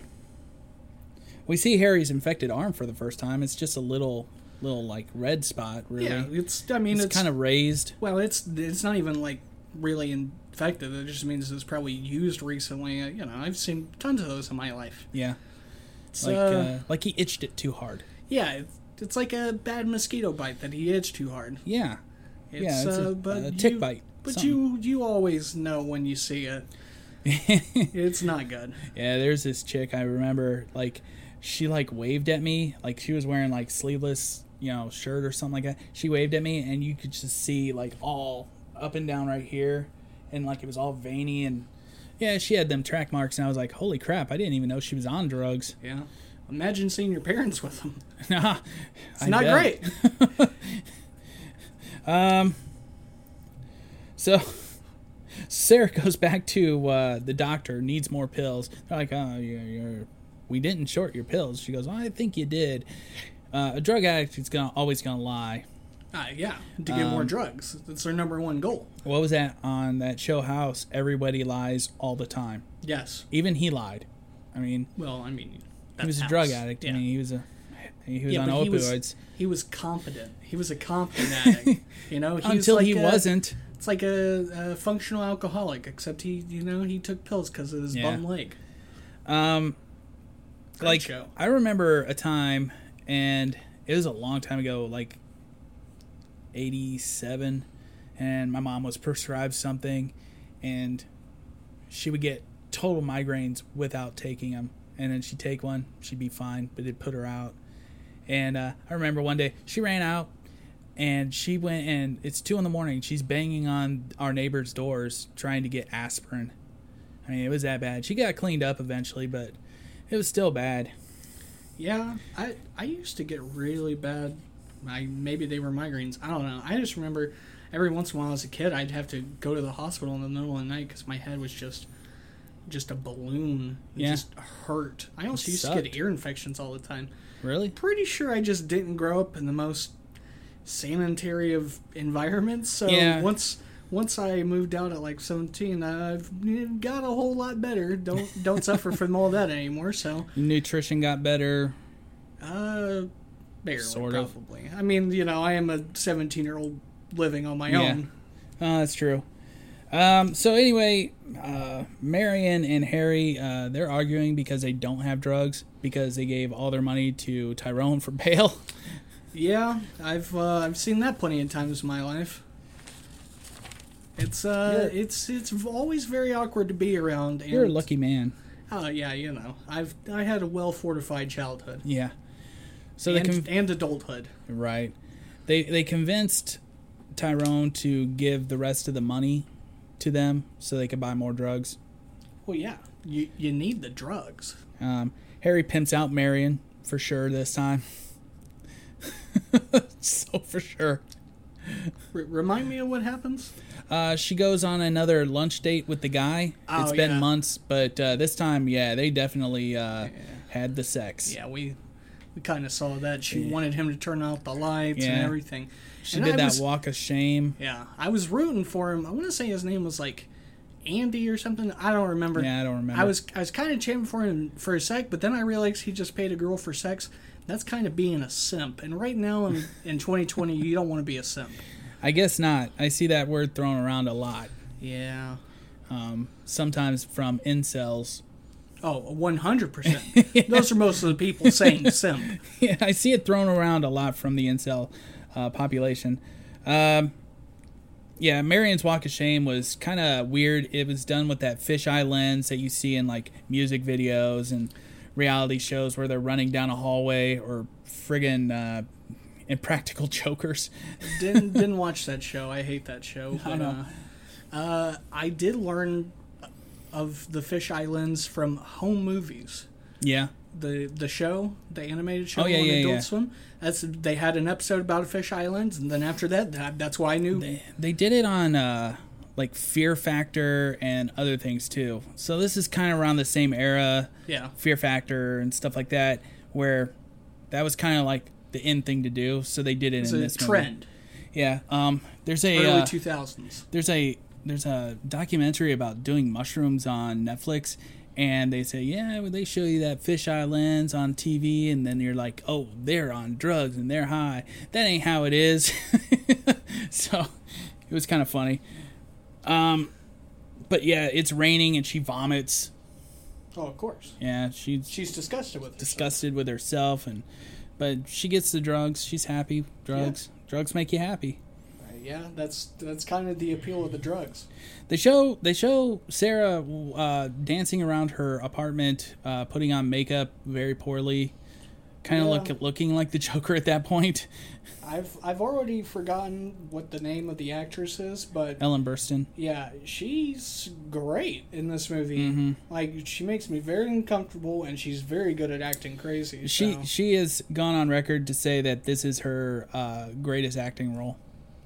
we see Harry's infected arm for the first time. It's just a little little like red spot. Really, Yeah, it's. I mean, it's, it's, kind of raised. Well, it's it's not even like really infected. It just means it's probably used recently. Uh, You know, I've seen tons of those in my life. Yeah, It's like like, uh, like he itched it too hard. yeah, it's, it's like a bad mosquito bite that he itched too hard. Yeah, It's, Yeah, it's uh, a- but a tick you- bite, But something. you you always know when you see it. It's not good. Yeah, there's this chick I remember like she like waved at me, like she was wearing like sleeveless, you know, shirt or something like that. She waved at me and you could just see like all up and down right here and like it was all veiny and yeah, she had them track marks and I was like, "Holy crap, I didn't even know she was on drugs." Yeah. Imagine seeing your parents with them. Nah, It's not great. Um, So Sarah goes back to uh, the doctor, needs more pills. They're like, oh, you're, you're, we didn't short your pills. She goes, I think you did. Uh, a drug addict is gonna always gonna lie. Uh, yeah, to get Um, more drugs. That's their number one goal. What was that on that show House? Everybody lies all the time. Yes. Even he lied. I mean, Well, I mean, he was a drug addict. I mean, he was a he was Yeah, on but he was- opioids he was competent. He was a competent addict. You know, he was until like he a- wasn't. It's like a, a functional alcoholic, except he, you know, he took pills because of his Yeah. bum leg. Um, Great like show. I remember a time, and it was a long time ago, like '87, and my mom was prescribed something, and she would get total migraines without taking them, and then she'd take one, she'd be fine, but it put her out. And uh, I remember one day she ran out, and she went and it's two in the morning. She's banging on our neighbors' doors trying to get aspirin. I mean, it was that bad. She got cleaned up eventually, but it was still bad. Yeah, I I used to get really bad. I maybe they were migraines. I don't know. I just remember every once in a while as a kid, I'd have to go to the hospital in the middle of the night because my head was just just a balloon. It Yeah. just hurt. I also It used to sucked. get ear infections all the time. Really? Pretty sure I just didn't grow up in the most sanitary of environments. So Yeah. once. Once I moved out at like 17, I've got a whole lot better. Don't don't suffer from all that anymore. So Nutrition got better. uh, barely, Sort of. probably. I mean, you know, I am a 17 year old living on my Yeah. own. Oh, that's true. Um, so anyway, uh, Marion and Harry, uh, they're arguing because they don't have drugs because they gave all their money to Tyrone for bail. Yeah, I've uh, I've seen that plenty of times in my life. It's uh, You're- it's it's always very awkward to be around. And, You're a lucky man. Oh yeah, you know, I've I had a well fortified childhood Yeah. So and, they can and adulthood. right. They they convinced Tyrone to give the rest of the money to them so they could buy more drugs. Well, yeah, you you need the drugs. Um, Harry pimps out Marion for sure this time. so for sure. R- remind me of what happens. Uh, she goes on another lunch date with the guy. Oh, it's been yeah. months, but uh, this time, yeah, they definitely uh, had the sex. Yeah, we we kind of saw that. She wanted him to turn out the lights Yeah. and everything. She And did I that was- walk of shame. Yeah, I was rooting for him. I want to say his name was like Andy or something. I don't remember. Yeah, I don't remember. I was I was kind of cheering for him for a sec, but then I realized he just paid a girl for sex. That's kind of being a simp. And right now in, in 2020, you don't want to be a simp. I guess not. I see that word thrown around a lot, Yeah. sometimes from incels. Oh, 100%. Those are most of the people saying simp. Yeah, I see it thrown around a lot from the incel uh, population. Um, yeah, Marion's Walk of Shame was kind of weird. It was done with that fisheye lens that you see in like music videos and reality shows where they're running down a hallway or friggin' uh, impractical jokers. Didn't didn't watch that show. I hate that show. But, know. Uh, uh, I did learn of the fish islands from home movies. Yeah, the the show, the animated show Oh, yeah, on yeah, Adult yeah. Swim. That's they had an episode about a fish island, and then after that, that that's why I knew. they did it on uh, like Fear Factor and other things too. So this is kind of around the same era. yeah, Fear Factor and stuff like that, where that was kind of like the end thing to do. So they did it it's in a this movie. trend. Yeah. Um. There's a Early uh, two thousands. there's a there's a documentary about doing mushrooms on Netflix, and they say, yeah, well, they show you that fisheye lens on TV, and then you're like, oh, they're on drugs and they're high. That ain't how it is. so it was kind of funny. Um, but yeah, it's raining and she vomits. Oh, of course. Yeah, she, she's She's disgusted with this. disgusted with herself, and but she gets the drugs. She's happy. Drugs, drugs make you happy. Uh, Yeah, that's that's kind of the appeal of the drugs. They show they show Sarah uh, dancing around her apartment, uh, putting on makeup very poorly, kind of Yeah. look looking like the Joker at that point. I've I've already forgotten what the name of the actress is, but Ellen Burstyn. yeah, she's great in this movie. Mm-hmm. Like she makes me very uncomfortable, and she's very good at acting crazy. She so. she has gone on record to say that this is her uh, greatest acting role,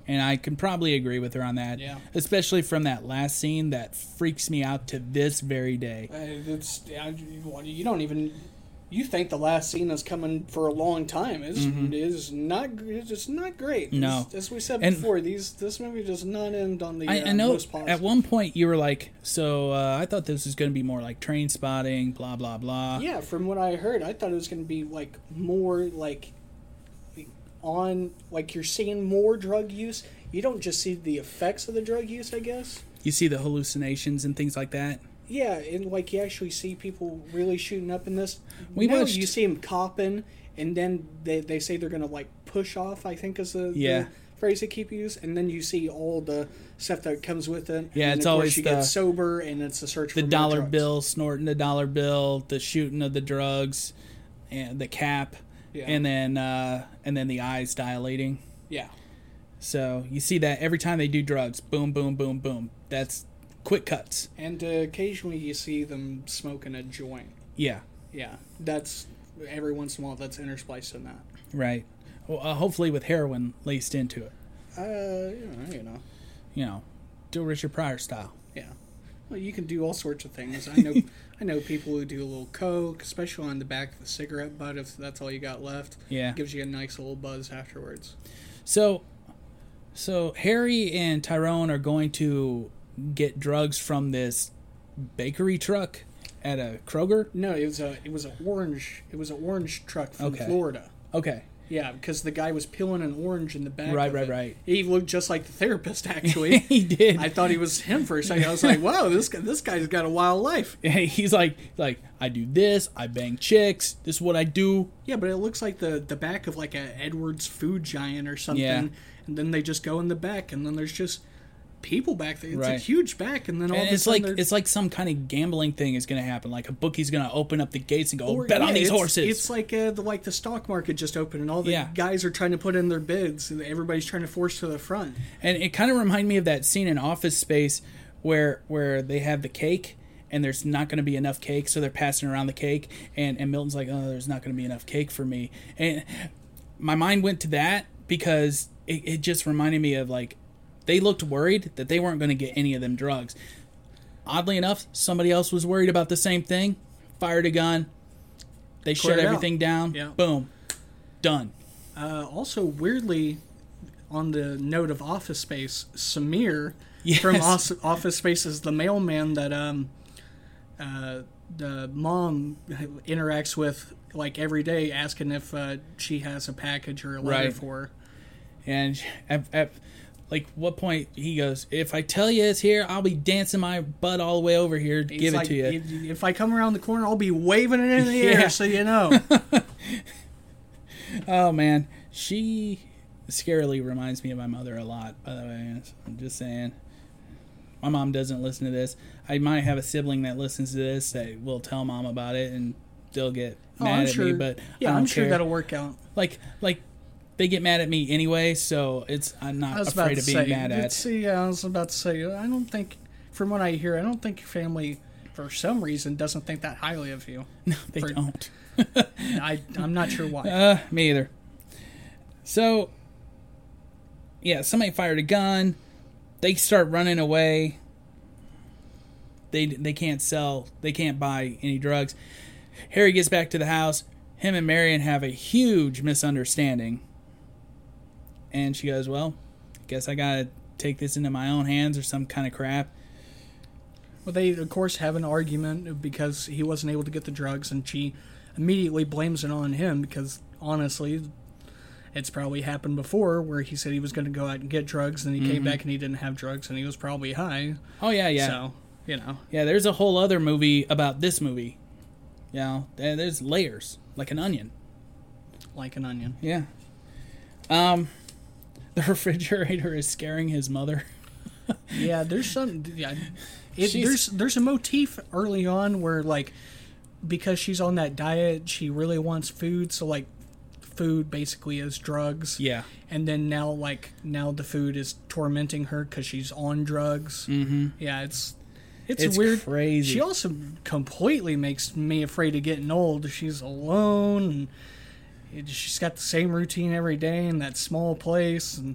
and I can probably agree with her on that. Yeah. Especially from that last scene that freaks me out to this very day. Uh, It's I- you don't even you think the last scene is coming for a long time. It's is not gr- it's not great. Mm-hmm. No. As- as we said And- before, these this movie does not end on the I, uh, I know most positive. at one point you were like, so uh, I thought this was going to be more like train spotting, blah blah blah. yeah, from what I heard, I thought it was going to be like more like on like you're seeing more drug use. You don't just see the effects of the drug use, I guess. You see the hallucinations and things like that. Yeah, and like you actually see people really shooting up in this. We We now watched- you see them copping, and then they, they say they're gonna like push off. I think is the, Yeah. the phrase they keep use, and then you see all the stuff that comes with it. And Yeah, then, it's of course, always you the- get sober, and it's a The search for more dollar drugs. bill, snorting the dollar bill, the shooting of the drugs, and the cap, Yeah. and then uh, and then the eyes dilating. Yeah, So you see that every time they do drugs, boom, boom, boom, boom. That's quick cuts. and uh, occasionally you see them smoking a joint. Yeah, Yeah, that's every once in a while that's interspliced in that. right. Well, uh, hopefully with heroin laced into it. Uh, you know, you know, You know, do Richard Pryor style. yeah. Well, you can do all sorts of things. I know, I know people who do a little coke, especially on the back of the cigarette butt if that's all you got left. Yeah. gives you a nice little buzz afterwards. So, so Harry and Tyrone are going to get drugs from this bakery truck at a Kroger. No, it was a it was an orange it was an orange truck from Okay. Florida. Okay, Yeah, because the guy was peeling an orange in the back. Right, of right, it. right. He looked just like the therapist. Actually, he did. I thought he was him for a second. I was like, "Wow, this guy, this guy's got a wild life." he's like, like I do this, I bang chicks. This is what I do. Yeah, but it looks like the the back of like a Edwards food giant or something. Yeah. And then they just go in the back, and then there's just people back there. It's a Right. huge back, and then all And of a it's like sudden they're- it's like some kind of gambling thing is going to happen. Like a bookie's going to open up the gates and go or- bet yeah, on these it's- horses. It's like uh, the like the stock market just opened, and all the Yeah. guys are trying to put in their bids, and everybody's trying to force to the front. and it kind of reminded me of that scene in Office Space where where they have the cake and there's not going to be enough cake, so they're passing around the cake, and and Milton's like, oh, there's not going to be enough cake for me, and my mind went to that because it, it just reminded me of like they looked worried that they weren't going to get any of them drugs. Oddly enough, somebody else was worried about the same thing, fired a gun, they shut Cleared it out. everything down, Yeah. boom, done. Uh, also, weirdly, on the note of Office Space, Samir from Yes. Os- Office Space is the mailman that um, uh, the mom interacts with like every day, asking if uh, she has a package or a letter Right. for her. And at, at like what point he goes, if I tell you it's here, I'll be dancing my butt all the way over here, to He's give it like, to you. If, if I come around the corner, I'll be waving it in the Yeah. air, so you know. oh man, she scarily reminds me of my mother a lot. By the way, I'm just saying. My mom doesn't listen to this. I might have a sibling that listens to this that will tell mom about it, and they'll get Oh, mad I'm at sure. me. But I yeah, don't I'm sure care. that'll work out. like like they get mad at me anyway, so it's I'm I not was about afraid to of being say. mad at. let's see, yeah, I was about to say. I don't think, from what I hear, I don't think your family, for some reason, doesn't think that highly of you. They for- don't. I, I'm not sure why. Uh, me either. So, yeah, somebody fired a gun. They start running away. They they can't sell. They can't buy any drugs. Harry gets back to the house. Him and Marion have a huge misunderstanding. And she goes, "Well, guess I gotta take this into my own hands or some kind of crap." Well, they of course have an argument because he wasn't able to get the drugs, and she immediately blames it on him because honestly, it's probably happened before where he said he was going to go out and get drugs, and he came back and he didn't have drugs, and he was probably high. Oh Mm-hmm. yeah, yeah, So you know, yeah. There's a whole other movie about this movie. You know, there- there's layers like an onion. like an onion. Yeah. Um, the refrigerator is scaring his mother. Yeah, there's some. Yeah, it, She's- there's there's a motif early on where like because she's on that diet, she really wants food, so like food basically is drugs. Yeah. and then now like now the food is tormenting her because she's on drugs. Mm-hmm. Yeah, it's. It's, It's weird. crazy. She also completely makes me afraid of getting old. She's alone, and it, she's got the same routine every day in that small place. And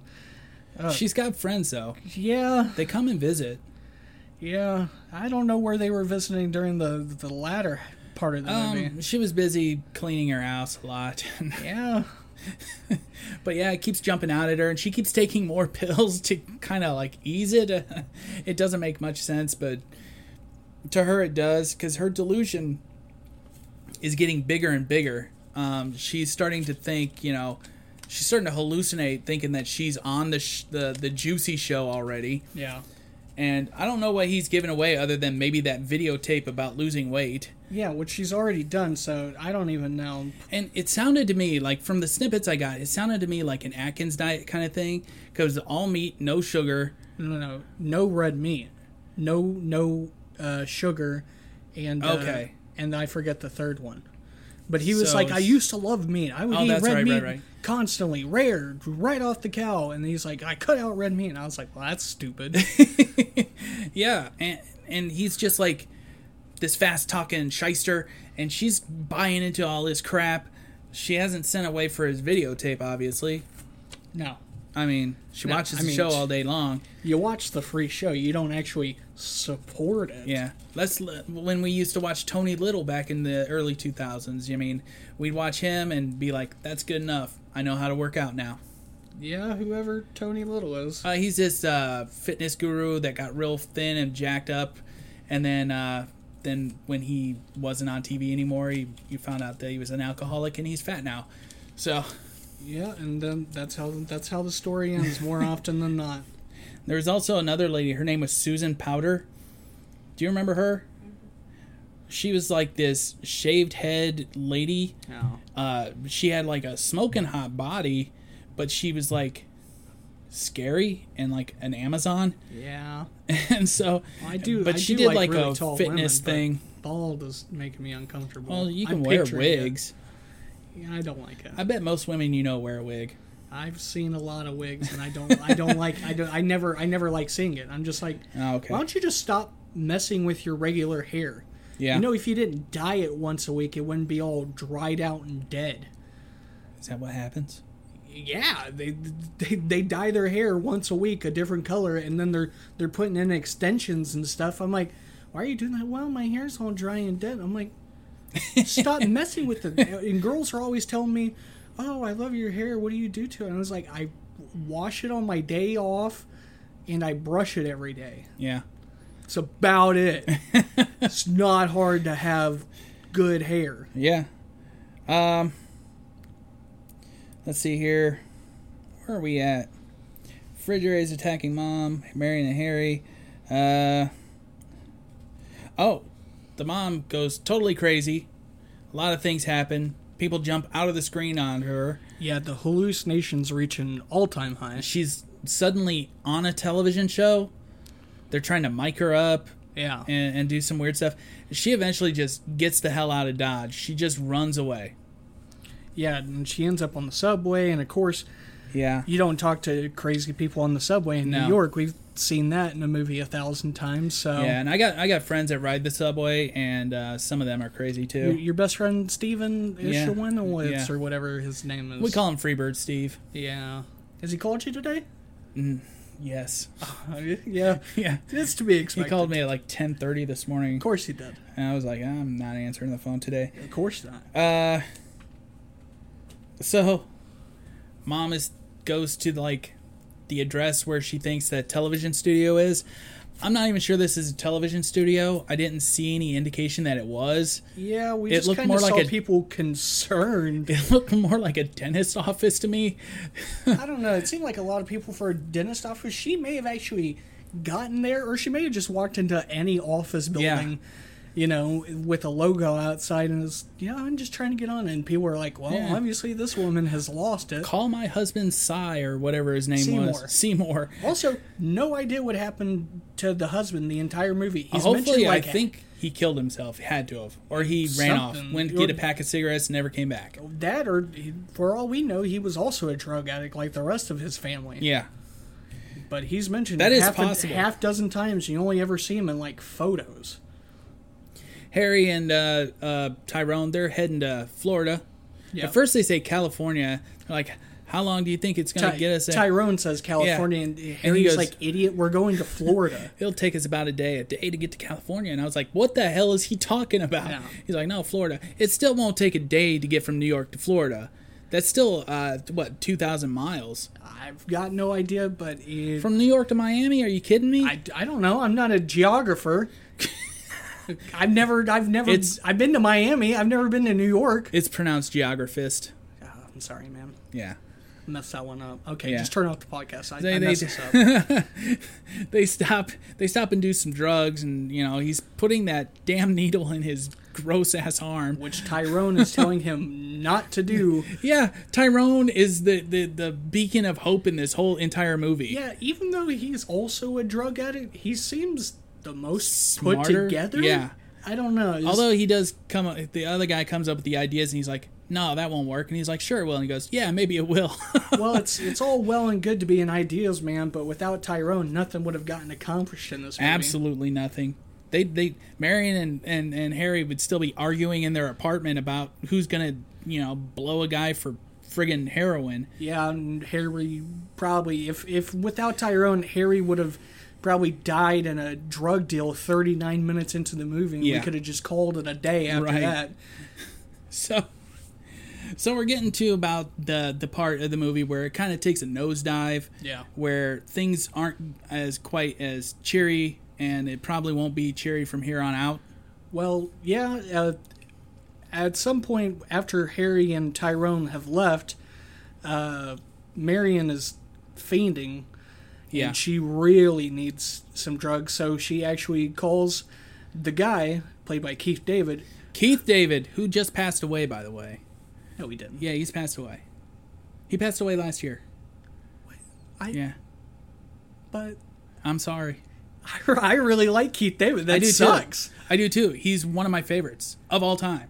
She's got friends though. yeah, They come and visit. Yeah, I don't know where they were visiting during the the latter part of the Um, movie. she was busy cleaning her house a lot. Yeah, but yeah, it keeps jumping out at her, and she keeps taking more pills to kind of like ease it. it doesn't make much sense, but to her it does because her delusion is getting bigger and bigger. Um, she's starting to think, you know, she's starting to hallucinate, thinking that she's on the sh- the the juicy show already. yeah, And I don't know what he's given away other than maybe that videotape about losing weight. yeah. Which she's already done, so I don't even know. And it sounded to me like from the snippets I got, it sounded to me like an Atkins diet kind of thing because all meat, no sugar. No, no, no red meat, no, no uh, sugar, and uh, Okay. and I forget the third one. But he was So like, I it's- used to love meat. I would Oh, eat that's red right, right, meat right. constantly, rare, right off the cow. And he's like, I cut out red meat. And I was like, well, that's stupid. Yeah, and and he's just like this fast talking shyster, and she's buying into all his crap. She hasn't sent away for his videotape, obviously. no, I mean, she No, watches I the mean, show she- all day long. you watch the free show. You don't actually support it. Yeah, let's l- when we used to watch Tony Little back in the early two thousands. I mean, we'd watch him and be like, "That's good enough. I know how to work out now." Yeah, whoever Tony Little is. Uh, he's this uh, fitness guru that got real thin and jacked up, and then uh, then when he wasn't on TV anymore, he, you found out that he was an alcoholic and he's fat now. So Yeah, and then that's how that's how the story ends more often than not. there was also another lady. Her name was Susan Powder. Do you remember her? She was like this shaved head lady. No. Uh, she had like a smoking hot body, but she was like scary and like an Amazon. Yeah. and so I do But I she do did like, like, really a tall fitness women, thing. but Bald is making me uncomfortable. Well, you can I'm wear picturing it. wigs. Yeah, I don't like it. I bet most women you know wear a wig. I've seen a lot of wigs and I don't I don't like I don't I never I never like seeing it. I'm just like Oh, okay. why don't you just stop messing with your regular hair? Yeah. You know if you didn't dye it once a week it wouldn't be all dried out and dead. Is that what happens? yeah they, they they dye their hair once a week a different color and then they're they're putting in extensions and stuff i'm like why are you doing that well my hair's all dry and dead i'm like stop messing with it and girls are always telling me oh i love your hair what do you do to it and i was like i wash it on my day off and i brush it every day Yeah. it's about it it's not hard to have good hair Yeah. Um Let's see here. Where are we at? Refrigerator is attacking mom, Marion and Harry. Uh Oh, the mom goes totally crazy. A lot of things happen. People jump out of the screen on her. yeah the hallucinations reach an all-time high She's suddenly on a television show. They're trying to mic her up. yeah and, and do some weird stuff. She eventually just gets the hell out of Dodge. She just runs away. Yeah, and she ends up on the subway, and of course, Yeah. you don't talk to crazy people on the subway in No. New York. We've seen that in a movie a thousand times. So Yeah, and I got I got friends that ride the subway, and uh, some of them are crazy your, too. your best friend Steven Yeah. Ishawinowitz Yeah. or whatever his name is. We call him Freebird Steve. yeah. Has he called you today? Yes. yeah, yeah. it's to be He expected. called me at like 10:30 this morning, Of course he did. and I was like, I'm not answering the phone today. Of course not. Uh, so, mom is goes to like the address where she thinks that television studio is. I'm not even sure this is a television studio. I didn't see any indication that it was. Yeah, we It just looked kind more of like saw a- people concerned. It looked more like a dentist office to me. I don't know. It seemed like a lot of people for a dentist office. She may have actually gotten there, or she may have just walked into any office Yeah. building, you know, with a logo outside and is, you know, I'm just trying to get on. And people were like, well, Yeah. obviously this woman has lost it. Call my husband Cy or whatever his name Seymour. was. Seymour. Also, no idea what happened to the husband the entire movie. He's mentioned, Hopefully, like, I think he killed himself. Had to have, or he ran off, Something. Oh, went to Or- get a pack of cigarettes, never came back. that, or he- for all we know, he was also a drug addict like the rest of his family. Yeah, But he's mentioned That is half, a- possible. half dozen times. You only ever see him in like photos. Harry and uh, uh, Tyrone, they're heading to Florida. Yeah. At first, they say California. They're like, how long do you think it's going to Ty- get us? there? Tyrone says California, Yeah. and Harry's And he goes- like, "Idiot, we're going to Florida." It'll take us about a day, a day to get to California. And I was like, what the hell is he talking about? Yeah. He's like, no, Florida. It still won't take a day to get from New York to Florida. That's still, uh, what, 2,000 miles? I've got no idea, but it, From New York to Miami? Are you kidding me? I, I don't know. I'm not a geographer. I've never, I've never, It's- I've been to Miami. I've never been to New York. it's pronounced geographist. Ah, I'm sorry, man. Yeah. Messed that one up. Okay, Yeah. just turn off the podcast. I, They- I they- messed this up. They stop they stop and do some drugs and you know, he's putting that damn needle in his gross ass arm. Which Tyrone is telling him not to do. Yeah, Tyrone is the, the, the beacon of hope in this whole entire movie. Yeah, even though he's also a drug addict, he seems the most put Smarter? together. Yeah. I don't know. It's- Although he does come up, the other guy comes up with the ideas and he's like, no, that won't work. And he's like, sure, it will. And he goes, yeah, maybe it will. well, it's it's all well and good to be an ideas man, but without Tyrone, nothing would have gotten accomplished in this movie. Absolutely nothing. They, they, Marion and, and, and Harry would still be arguing in their apartment about who's going to, you know, blow a guy for friggin' heroin. Yeah, and Harry probably if if without Tyrone, Harry would have probably died in a drug deal 39 minutes into the movie. and We Yeah. could have just called it a day after Right. that. So, so we're getting to about the, the part of the movie where it kind of takes a nosedive. Yeah. Where things aren't as quite as cheery and it probably won't be cheery from here on out. Well, yeah. Uh, at some point after Harry and Tyrone have left, uh, Marion is fiending, Yeah. and she really needs some drugs. So she actually calls the guy played by Keith David. Keith David, who just passed away, by the way. No, he didn't. Yeah, he's passed away. He passed away last year. I- yeah, But I'm sorry. I, I really like Keith David. That I do sucks. too. I do too. He's one of my favorites of all time.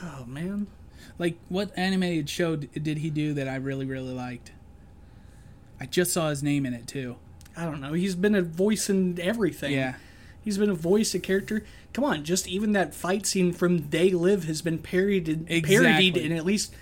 Oh man. Like, what animated show d- did he do that I really, really liked? I just saw his name in it too. I don't know. He's been a voice in everything. Yeah, He's been a voice, a character. Come on, just even that fight scene from They Live has been parodied, parodied Exactly. in at least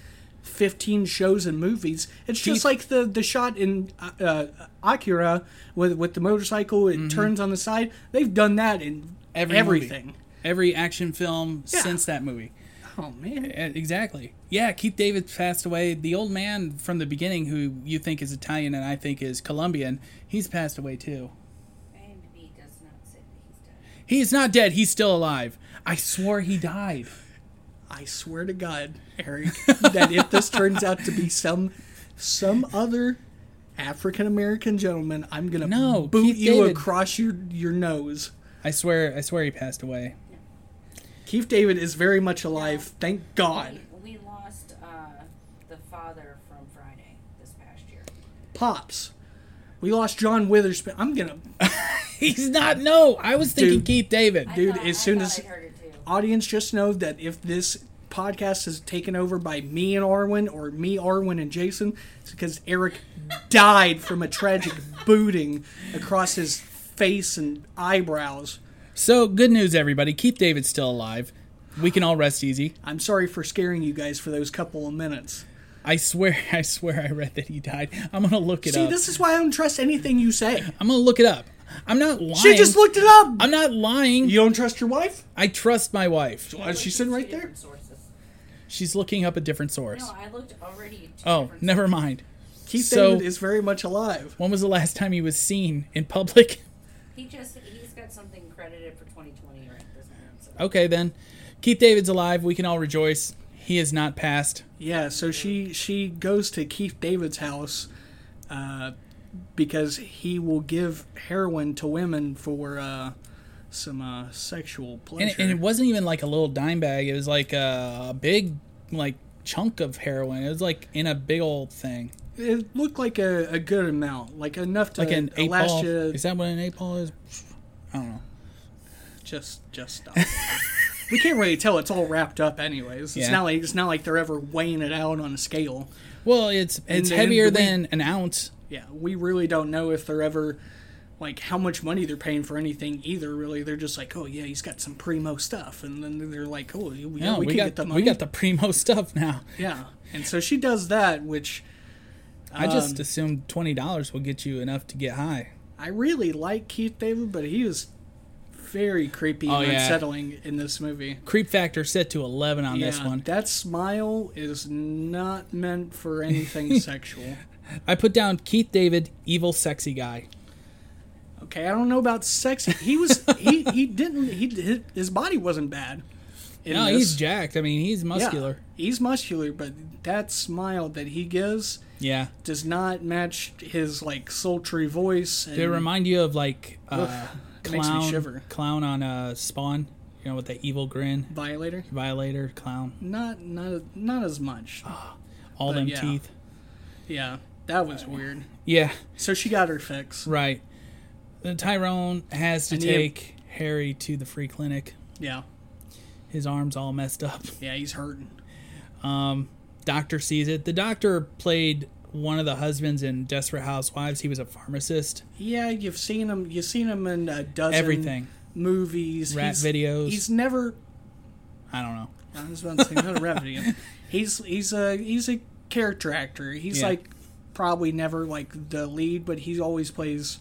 fifteen shows and movies. It's just Keith- like the the shot in uh, uh, Akira with with the motorcycle. It turns on the side. They've done that in Mm-hmm. Every everything. every action film Yeah. since that movie. Oh man, Eh, Exactly. Yeah, Keith David passed away. The old man from the beginning, who you think is Italian and I think is Colombian, he's passed away too. IMDb does not say that he's dead. He's not dead. He's still alive. I swore he died. I swear to God, Eric, that if this turns out to be some some other African American gentleman, I'm gonna No, boot Keith you David- across your your nose. I swear. I swear he passed away. Keith David is very much alive, thank God. We, we lost uh, the father from Friday this past year. Pops. We lost John Witherspoon. I'm gonna He's not. No, I was thinking Dude. Keith David. I Dude, thought- as I soon thought as- I heard it too. audience just know that if this podcast is taken over by me and Arwen or me, Arwen and Jason, it's because Eric died from a tragic booting across his face and eyebrows. So good news, everybody. Keith David's still alive. We can all rest easy. I'm sorry for scaring you guys for those couple of minutes. I swear. I swear. I read that he died. I'm gonna look it uh, See, up. this is why I don't trust anything you say. I'm gonna look it up. I'm not lying. She just looked it up. I'm not lying. you don't trust your wife? I trust my wife. Why is she sitting right Two there? different sources. She's looking up a different No, source. I looked already. at two Oh, different never sources. mind. Keith So- David is very much alive. When was the last time he was seen in public? He just he's got something credited for 2020 right this minute. So. Okay, then. Keith David's alive. We can all rejoice. He has not passed. Yeah, so she she goes to Keith David's house uh, because he will give heroin to women for uh, some uh, sexual pleasure. And, and it wasn't even like a little dime bag. It was like a, a big, like, chunk of heroin. It was like in a big old thing. It looked like a, a good amount, like enough to Like an eight last ball. you Is that what an eight ball is? I don't know. just just stop. we can't really tell; it's all wrapped up, anyways. It's Yeah. not like it's not like they're ever weighing it out on a scale. Well, it's it's then heavier the than an ounce. Yeah, we really don't know if they're ever like how much money they're paying for anything either. Really, they're just like, oh yeah, he's got some primo stuff, and then they're like, oh yeah, No, we, we, can got get the money. we got the primo stuff now. yeah, and so she does that, which I Um, just assumed twenty dollars will get you enough to get high. I really like Keith David, but he was very creepy Oh, and yeah. unsettling in this movie. Creep factor set to eleven on this one. that smile is not meant for anything sexual. I put down Keith David, evil sexy guy. Okay, I don't know about sexy. He was he he didn't he did- his body wasn't bad. in No, this. he's jacked. I mean, he's muscular. Yeah, he's muscular, but that smile that he gives Yeah. does not match his like sultry voice. And They remind you of like uh, it makes me clown, shiver. clown on uh, Spawn. You know, with that evil grin, Violator. violator, clown, Not not not as much. Ah. all them yeah. teeth. Yeah, that was weird. Yeah, So she got her fix. right. Then Tyrone has to I need a- take Harry to the free clinic. Yeah, His arms all messed up. yeah, he's hurting. Doctor sees it. The doctor played one of the husbands in Desperate Housewives. He was a pharmacist. Yeah, you've seen him. You've seen him in a dozen Everything. movies, Rat He's- videos. He's never I don't know. I was about to say not a revenue. He's he's a he's a character actor. He's Yeah. like probably never like the lead, but he always plays,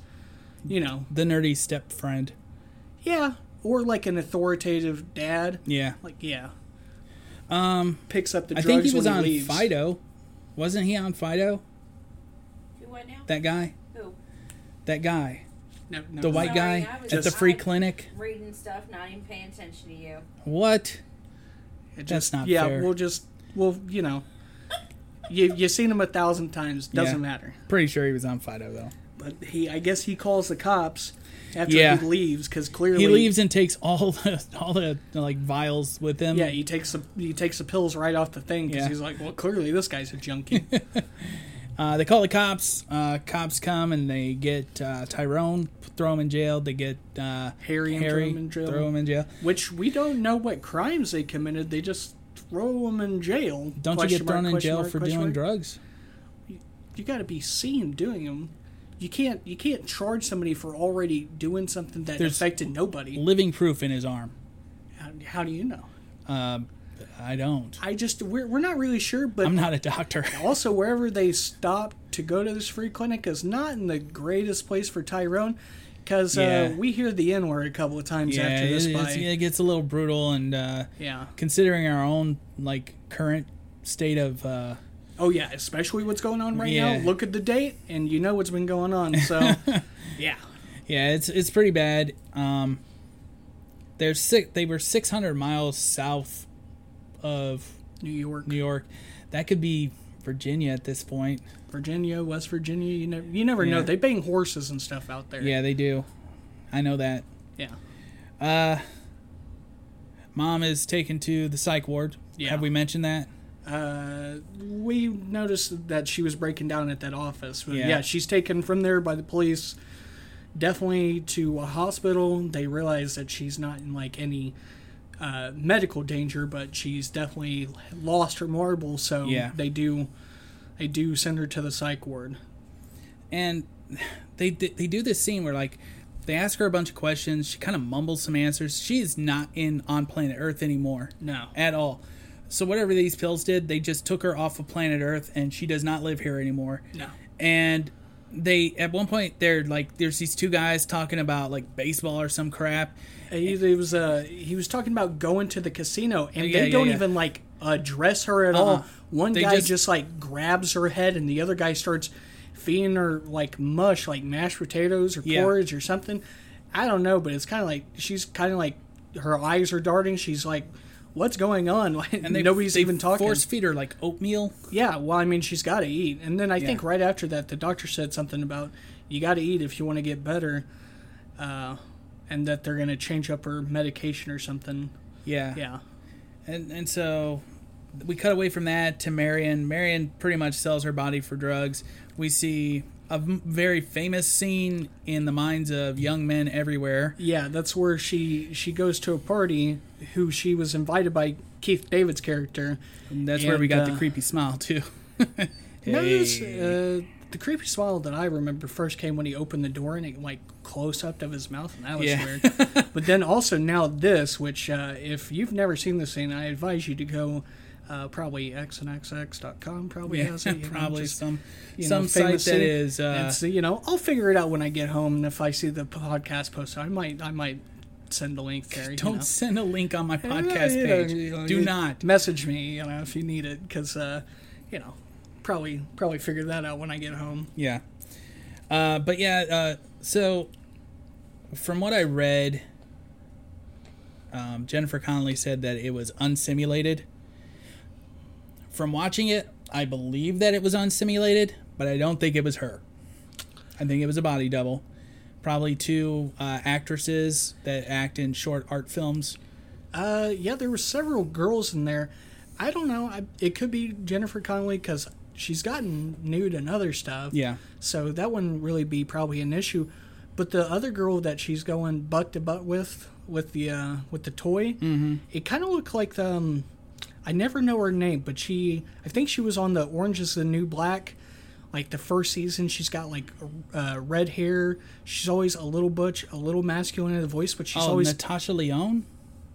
you know, The nerdy step friend. yeah, or like an authoritative dad. Yeah. Like yeah, um, picks up the I drugs think he was when on he leaves. Fido. Wasn't he on Fido? Who what now? That guy? Who? That guy. No, no, The white Sorry, guy I was at the just- free clinic. Reading stuff, not even paying attention to you. What? it that's just, not Yeah, fair. we'll just we'll you know, you you've seen him a thousand times. Doesn't Yeah. matter. Pretty sure he was on Fido though. But he, I guess he calls the cops after Yeah. he leaves because clearly He leaves and takes all the all the like vials with him. Yeah, he takes the he takes the pills right off the thing because Yeah. he's like, well, clearly this guy's a junkie. Uh, they call the cops. Uh, cops come and they get uh, Tyrone, throw him in jail. They get uh, Harry and throw him in jail. throw him in jail. Which we don't know what crimes they committed. They just throw him in jail. Don't you Question get mark, thrown in question jail mark, for question doing mark. drugs? You got to be seen doing them. You can't you can't charge somebody for already doing something that There's- affected nobody. Living proof in his arm. How, how do you know? Um, I don't. I just we're we're not really sure, but I'm not a doctor. Also, wherever they stop to go to this free clinic is not in the greatest place for Tyrone, because Yeah. uh, we hear the N word a couple of times yeah, after it, this. it's- by it gets a little brutal, and uh, yeah, considering our own like current state of uh, oh yeah, especially what's going on right Yeah. now. Look at the date, and you know what's been going on. So yeah, yeah, it's it's pretty bad. Um, they're six. They were 600 miles south of New York, New York. That could be Virginia at this point. Virginia, West Virginia. You never you never know. Yeah. They bang horses and stuff out there. Yeah, they do. I know that. yeah. Mom is taken to the psych ward. Yeah. Have we mentioned that? Uh, we noticed that she was breaking down at that office. But Yeah. yeah. she's taken from there by the police, definitely to a hospital. They realize that she's not in like any uh, medical danger, but she's definitely lost her marbles. So Yeah. they do, they do send her to the psych ward. and they they do this scene where like they ask her a bunch of questions she kind of mumbles some answers she is not in on planet earth anymore No. at all so whatever these pills did they just took her off of planet earth and she does not live here anymore No. and they at one point they're like there's these two guys talking about like baseball or some crap He, he was uh, he was talking about going to the casino, and Yeah, they yeah, don't yeah. even like address her at Uh-uh. all. One They guy just- just, like grabs her head, and the other guy starts feeding her like mush, like mashed potatoes or Yeah. porridge or something. I don't know, but it's kind of like she's kind of like her eyes are darting. She's like, "What's going on?" And nobody's they even talking. Force feed her like oatmeal. Yeah, well, I mean, she's got to eat. And then I think Yeah. right after that, the doctor said something about you got to eat if you want to get better, uh, and that they're going to change up her medication or something. Yeah. Yeah. And and so we cut away from that to Marion. Marion pretty much sells her body for drugs. We see a m- very famous scene in the minds of young men everywhere. Yeah, that's where she she goes to a party who she was invited by Keith David's character. And that's where we got And, the uh, creepy smile too. No, it's, Hey. uh, the creepy smile that I remember first came when he opened the door and it like close up of his mouth, and that was Yeah. weird. but then also now this, which uh, if you've never seen this scene, I advise you to go. Uh, probably xnxx.com probably yeah, has it. you know, probably just, some you know, some site famous that scene. is And uh, so, you know, I'll figure it out when I get home, and if I see the podcast post, I might, I might send the link there. you Don't know. send a link on my Yeah, podcast you know, page. you know, Do you not. message me, you know, if you need it, because uh, you know, probably probably figure that out when I get home. Yeah. Uh, but yeah, uh, so from what I read, um, Jennifer Connelly said that it was unsimulated. From watching it, I believe that it was unsimulated, but I don't think it was her. I think it was a body double. Probably two uh, actresses that act in short art films. Uh, yeah, there were several girls in there. I don't know. I, it could be Jennifer Connelly because she's gotten nude and other stuff. Yeah. So that wouldn't really be probably an issue. But the other girl that she's going butt to butt with with the uh, with the toy, Mm-hmm. mm it kind of looked like the. Um, I never know her name, but she I think she was on the Orange Is the New Black. Like the first season, she's got like uh, red hair. She's always a little butch, a little masculine in the voice, but she's oh, always Natasha Leone?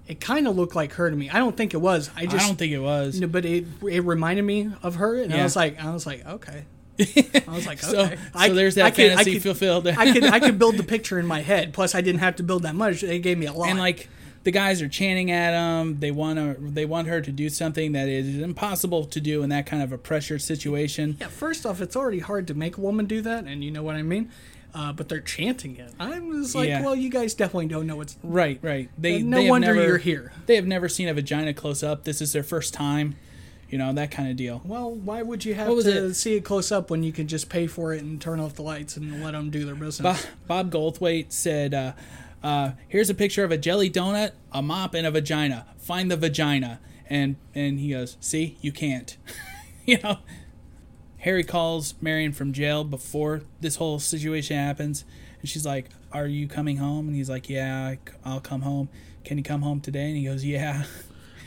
it kind of looked like her to me. I don't think it was. I just I don't think it was. No, but it it reminded me of her, and I Yeah. was like, I was like, okay. I was like, okay. So, I, so there's that could- fantasy I could, fulfilled. I could I could build the picture in my head. Plus, I didn't have to build that much. They gave me a lot. and like the guys are chanting at him. They want to. They want her to do something that is impossible to do in that kind of a pressure situation. yeah, first off, it's already hard to make a woman do that, and you know what I mean. Uh, but they're chanting it. I was like, Yeah. well, you guys definitely don't know what's. Right, right. They No they have wonder never- you're here. They have never seen a vagina close up. This is their first time. You know that kind of deal. Well, why would you have What was to it? see it close up when you can just pay for it and turn off the lights and let them do their business? Bob, Bob Goldthwait said, uh, uh, "Here's a picture of a jelly donut, a mop, and a vagina. Find the vagina." And and he goes, "See, you can't." you know. Harry calls Marion from jail before this whole situation happens, and she's like, "Are you coming home?" And he's like, "Yeah, I c- I'll come home. Can you come home today?" And he goes, "Yeah."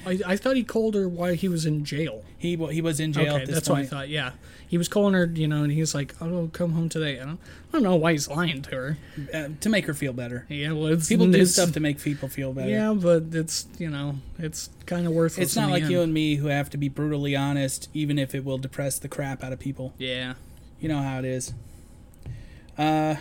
I, I thought he called her while he was in jail. He wa- he was in jail. Okay, at this that's what I point. thought. Yeah, he was calling her, you know, and he's like, "I will come home today." And I don't, I don't know why he's lying to her. Uh, to make her feel better. Yeah, well, it's People do it's- stuff to make people feel better. Yeah, but it's you know, it's kind of worthless. It's in not the like end. you and me who have to be brutally honest, even if it will depress the crap out of people. Yeah, You know how it is. Uh,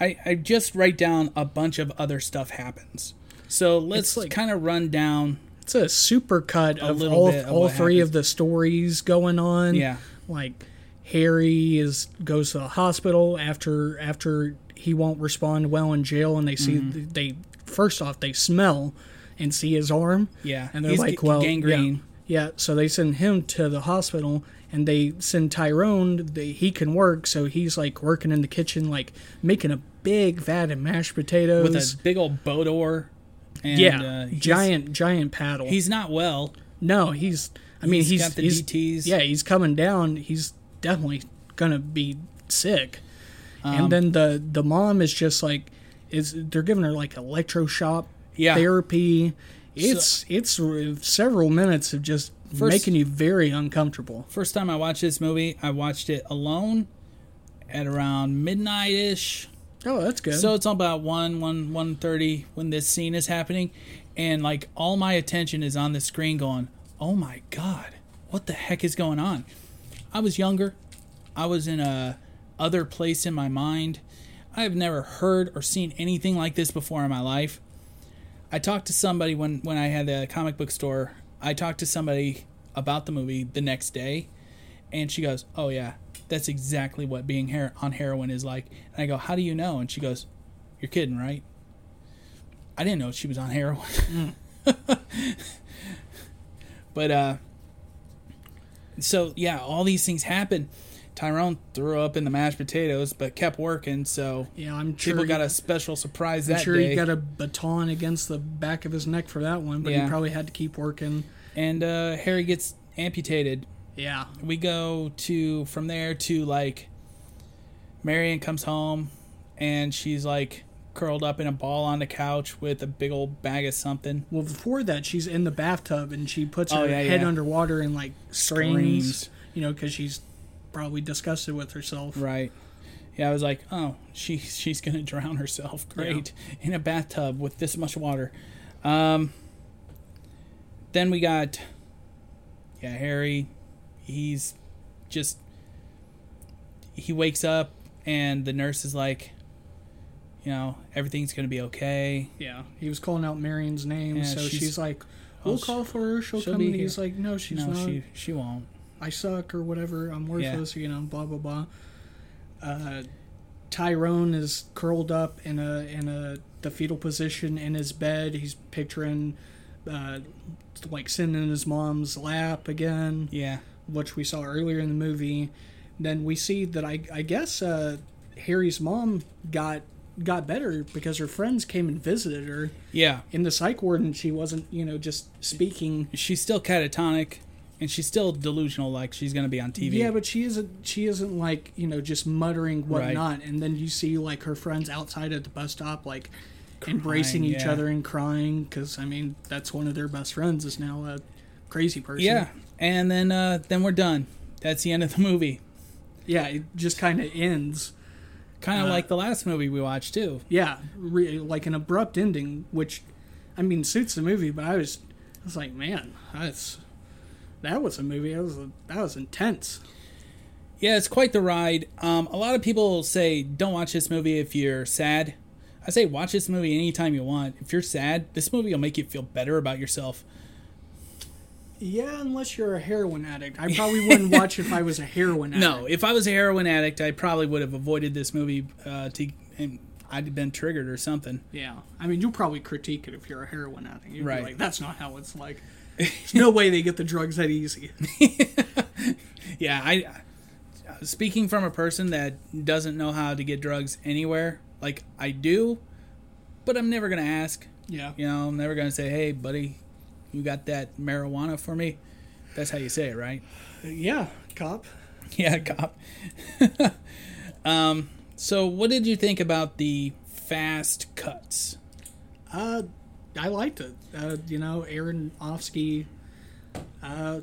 I I just write down a bunch of other stuff happens. So let's It's like- kind of run down. it's a super cut of little all bit of all what three happens. of the stories going on. Yeah. like Harry is goes to the hospital after after he won't respond well in jail, and they see Mm-hmm. they first off they smell and see his arm. Yeah, and they're he's like, g- well, gangrene. Yeah. yeah, so they send him to the hospital, and they send Tyrone. They, he can work, so he's like working in the kitchen, like making a big vat of mashed potatoes with a big old bodor. And, yeah uh, he's- giant giant paddle. He's not well. No, he's. I mean, He's he's got the he's- DTs. Yeah, he's coming down. He's definitely gonna be sick. Um, and then the the mom is just like, is they're giving her like electroshock Yeah. therapy. It's it's r- several minutes of just First- making you very uncomfortable. First time I watched this movie, I watched it alone at around midnight ish. Oh, that's good. So it's about one, one, one thirty when this scene is happening, and like all my attention is on the screen, going, "Oh my god, what the heck is going on?" I was younger, I was in a other place in my mind. I have never heard or seen anything like this before in my life. I talked to somebody when when I had the comic book store. I talked to somebody about the movie the next day, and she goes, "Oh yeah, that's exactly what being her- on heroin is like." And I go, "How do you know?" And she goes, "You're kidding, right?" I didn't know she was on heroin. Mm. but uh so yeah, all these things happen. Tyrone threw up in the mashed potatoes, but kept working. So Yeah, I'm sure. people he- got a special surprise I'm that sure day. he got a baton against the back of his neck for that one, but Yeah. he probably had to keep working. and uh, Harry gets amputated. Yeah, We go to from there to like Marion comes home and she's like curled up in a ball on the couch with a big old bag of something. Well, before that, she's in the bathtub and she puts Oh, her yeah, head yeah. underwater and like screams, Screams. you know, because she's probably disgusted with herself. Right. Yeah, I was like, oh, she she's gonna drown herself. Great, in a bathtub with this much water. Um. Then we got, yeah, Harry. He's just. He wakes up and the nurse is like, you know, everything's gonna be okay. Yeah, he was calling out Marion's name, Yeah, so she's- she's, like, "We'll Oh, sh- call for her. She'll, she'll come." be And he's here. like, "No, she's no, not. she she won't. I suck or whatever. I'm worthless. You know, blah blah blah." Uh, Tyrone is curled up in a in a the fetal position in his bed. He's picturing, uh, like sitting in his mom's lap again. Yeah. which we saw earlier in the movie. Then we see that I, I guess uh, Harry's mom got got better because her friends came and visited her Yeah. in the psych ward, and she wasn't you know just speaking. She's still catatonic, and she's still delusional. Like she's gonna be on TV. Yeah, but she isn't she isn't like you know just muttering whatnot, and then you see like her friends outside at the bus stop like. embracing Crying, each yeah. other and crying because I mean that's one of their best friends is now a crazy person. yeah. And then uh then we're done. That's the end of the movie. yeah, it just kind of ends. Kind of Uh, like the last movie we watched too. Yeah, re- like an abrupt ending, which, I mean, suits the movie. But I was, I was like, man, that's that was a movie. That was that was intense. Yeah, it's quite the ride. Um, a lot of people say don't watch this movie if you're sad. I say watch this movie anytime you want. If you're sad, this movie will make you feel better about yourself. Yeah, unless you're a heroin addict, I probably wouldn't watch if I was a heroin addict. No, if I was a heroin addict, I probably would have avoided this movie. Uh, to and I'd have been triggered or something. Yeah, I mean, you'll probably critique it if you're a heroin addict. You'd Right. be like, that's not how it's like. There's no way they get the drugs that easy. Yeah, I. Speaking from a person that doesn't know how to get drugs anywhere, like I do, but I'm never gonna ask. Yeah, You know, I'm never gonna say, "Hey, buddy, you got that marijuana for me?" That's how you say it, right? yeah, cop. Yeah, cop. um, so what did you think about the fast cuts? Uh, I liked it. Uh, you know, Aaron Ofsky. Uh,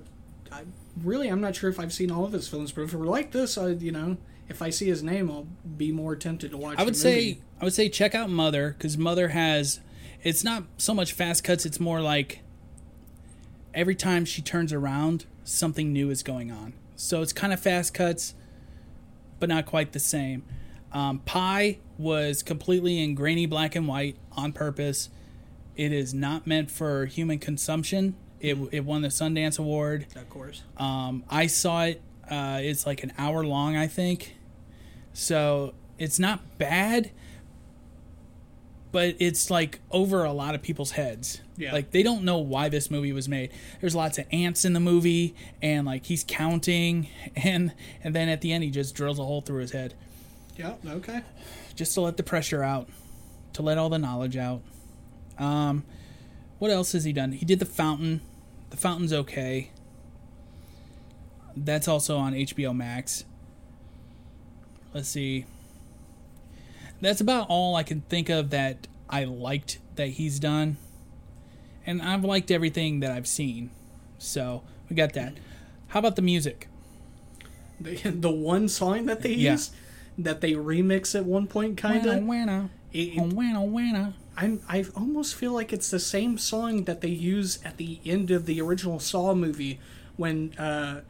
I, really, I'm not sure if I've seen all of his films, but if it were like this, I, you know, if I see his name, I'll be more tempted to watch. I would the say movie. I would say check out Mother because Mother has it's not so much fast cuts; it's more like every time she turns around, something new is going on. So it's kind of fast cuts, but not quite the same. Um, Pie was completely in grainy black and white on purpose. It is not meant for human consumption. It, it won the Sundance Award. of course. Um, I saw it. Uh, it's like an hour long, I think. So it's not bad, but it's like over a lot of people's heads. Yeah. Like they don't know why this movie was made. There's lots of ants in the movie, and like he's counting, and and then at the end he just drills a hole through his head, Yeah. Okay. just to let the pressure out, to let all the knowledge out. Um, what else has he done? He did the Fountain. The Fountain's okay. That's also on HBO Max. Let's see. That's about all I can think of that I liked that he's done. And I've liked everything that I've seen. So we got that. How about the music? The, the one song that they Yeah. used that they remix at one point, kind of. Wanna, It- wanna, wanna, wanna. I'm I almost feel like it's the same song that they use at the end of the original Saw movie when uh,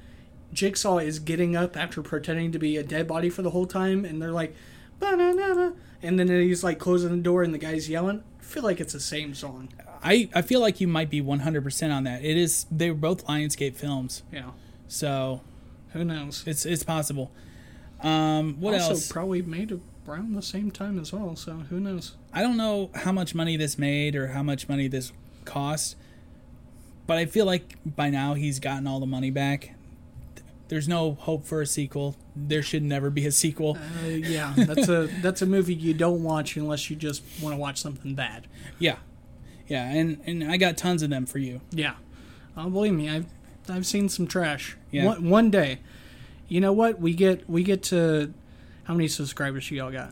Jigsaw is getting up after pretending to be a dead body for the whole time, and they're like, "Ba-na-na-na," and then he's like closing the door, and the guy's yelling. I feel like it's the same song. I, I feel like you might be 100% on that. It is, they were both Lionsgate films. Yeah, So who knows? it's it's possible. Um, what also else? probably made a around the same time as well, so who knows? I don't know how much money this made or how much money this cost, but I feel like by now he's gotten all the money back. There's no hope for a sequel. There should never be a sequel. Uh, yeah, that's a that's a movie you don't watch unless you just want to watch something bad. Yeah. Yeah, and, and I got tons of them for you. Yeah, oh, believe me, I've I've seen some trash. Yeah. One, one day, you know what? We get we get to how many subscribers you all got?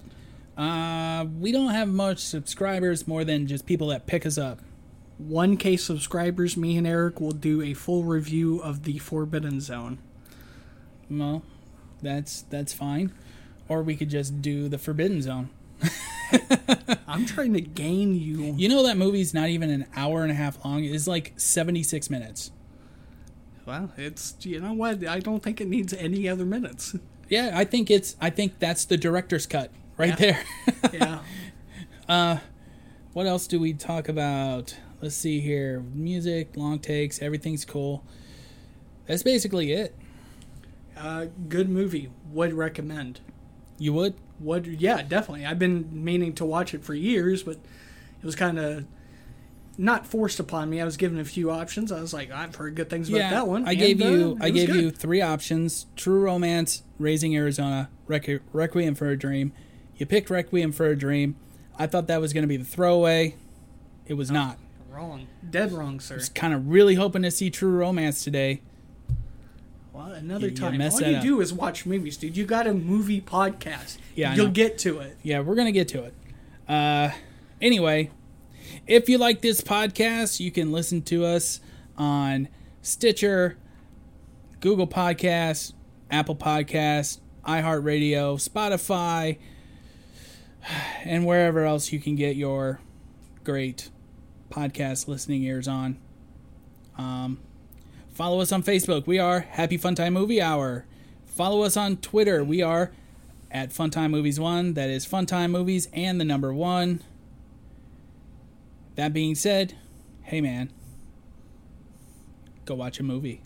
Uh, we don't have much subscribers more than just people that pick us up. 1K subscribers. Me and Eric will do a full review of the Forbidden Zone. Well, that's that's fine. Or we could just do the Forbidden Zone. I'm trying to gain you. You know that movie's not even an hour and a half long. It's like 76 minutes. Well, it's you know what? I don't think it needs any other minutes. Yeah, I think it's I think that's the director's cut right Yeah. there. Yeah. what else do we talk about? Let's see here. Music, long takes, everything's cool. That's basically it. uh, good movie. Would recommend. You would? What? Yeah, definitely. I've been meaning to watch it for years, but it was kind of not forced upon me. I was given a few options. I was like, I've heard good things about that one. I and, gave you uh, it I was gave good. you three options: True Romance, Raising Arizona, Requ- Requiem for a Dream. You picked Requiem for a Dream. I thought that was going to be the throwaway. It was not. wrong, dead wrong, sir. I was kind of really hoping to see True Romance today. Well, another You- you time. messed All that you up. do is watch movies, dude. You got a movie podcast. Yeah, I you'll know. get to it. Yeah, we're gonna get to it. Uh, anyway, if you like this podcast, you can listen to us on Stitcher, Google Podcasts, Apple Podcasts, iHeartRadio, Spotify, and wherever else you can get your great podcast listening ears on. Um, follow us on Facebook. We are Happy Fun Time Movie Hour. Follow us on Twitter. We are at Funtime Movies One. That is Funtime Movies and the number one. That being said, hey man, go watch a movie.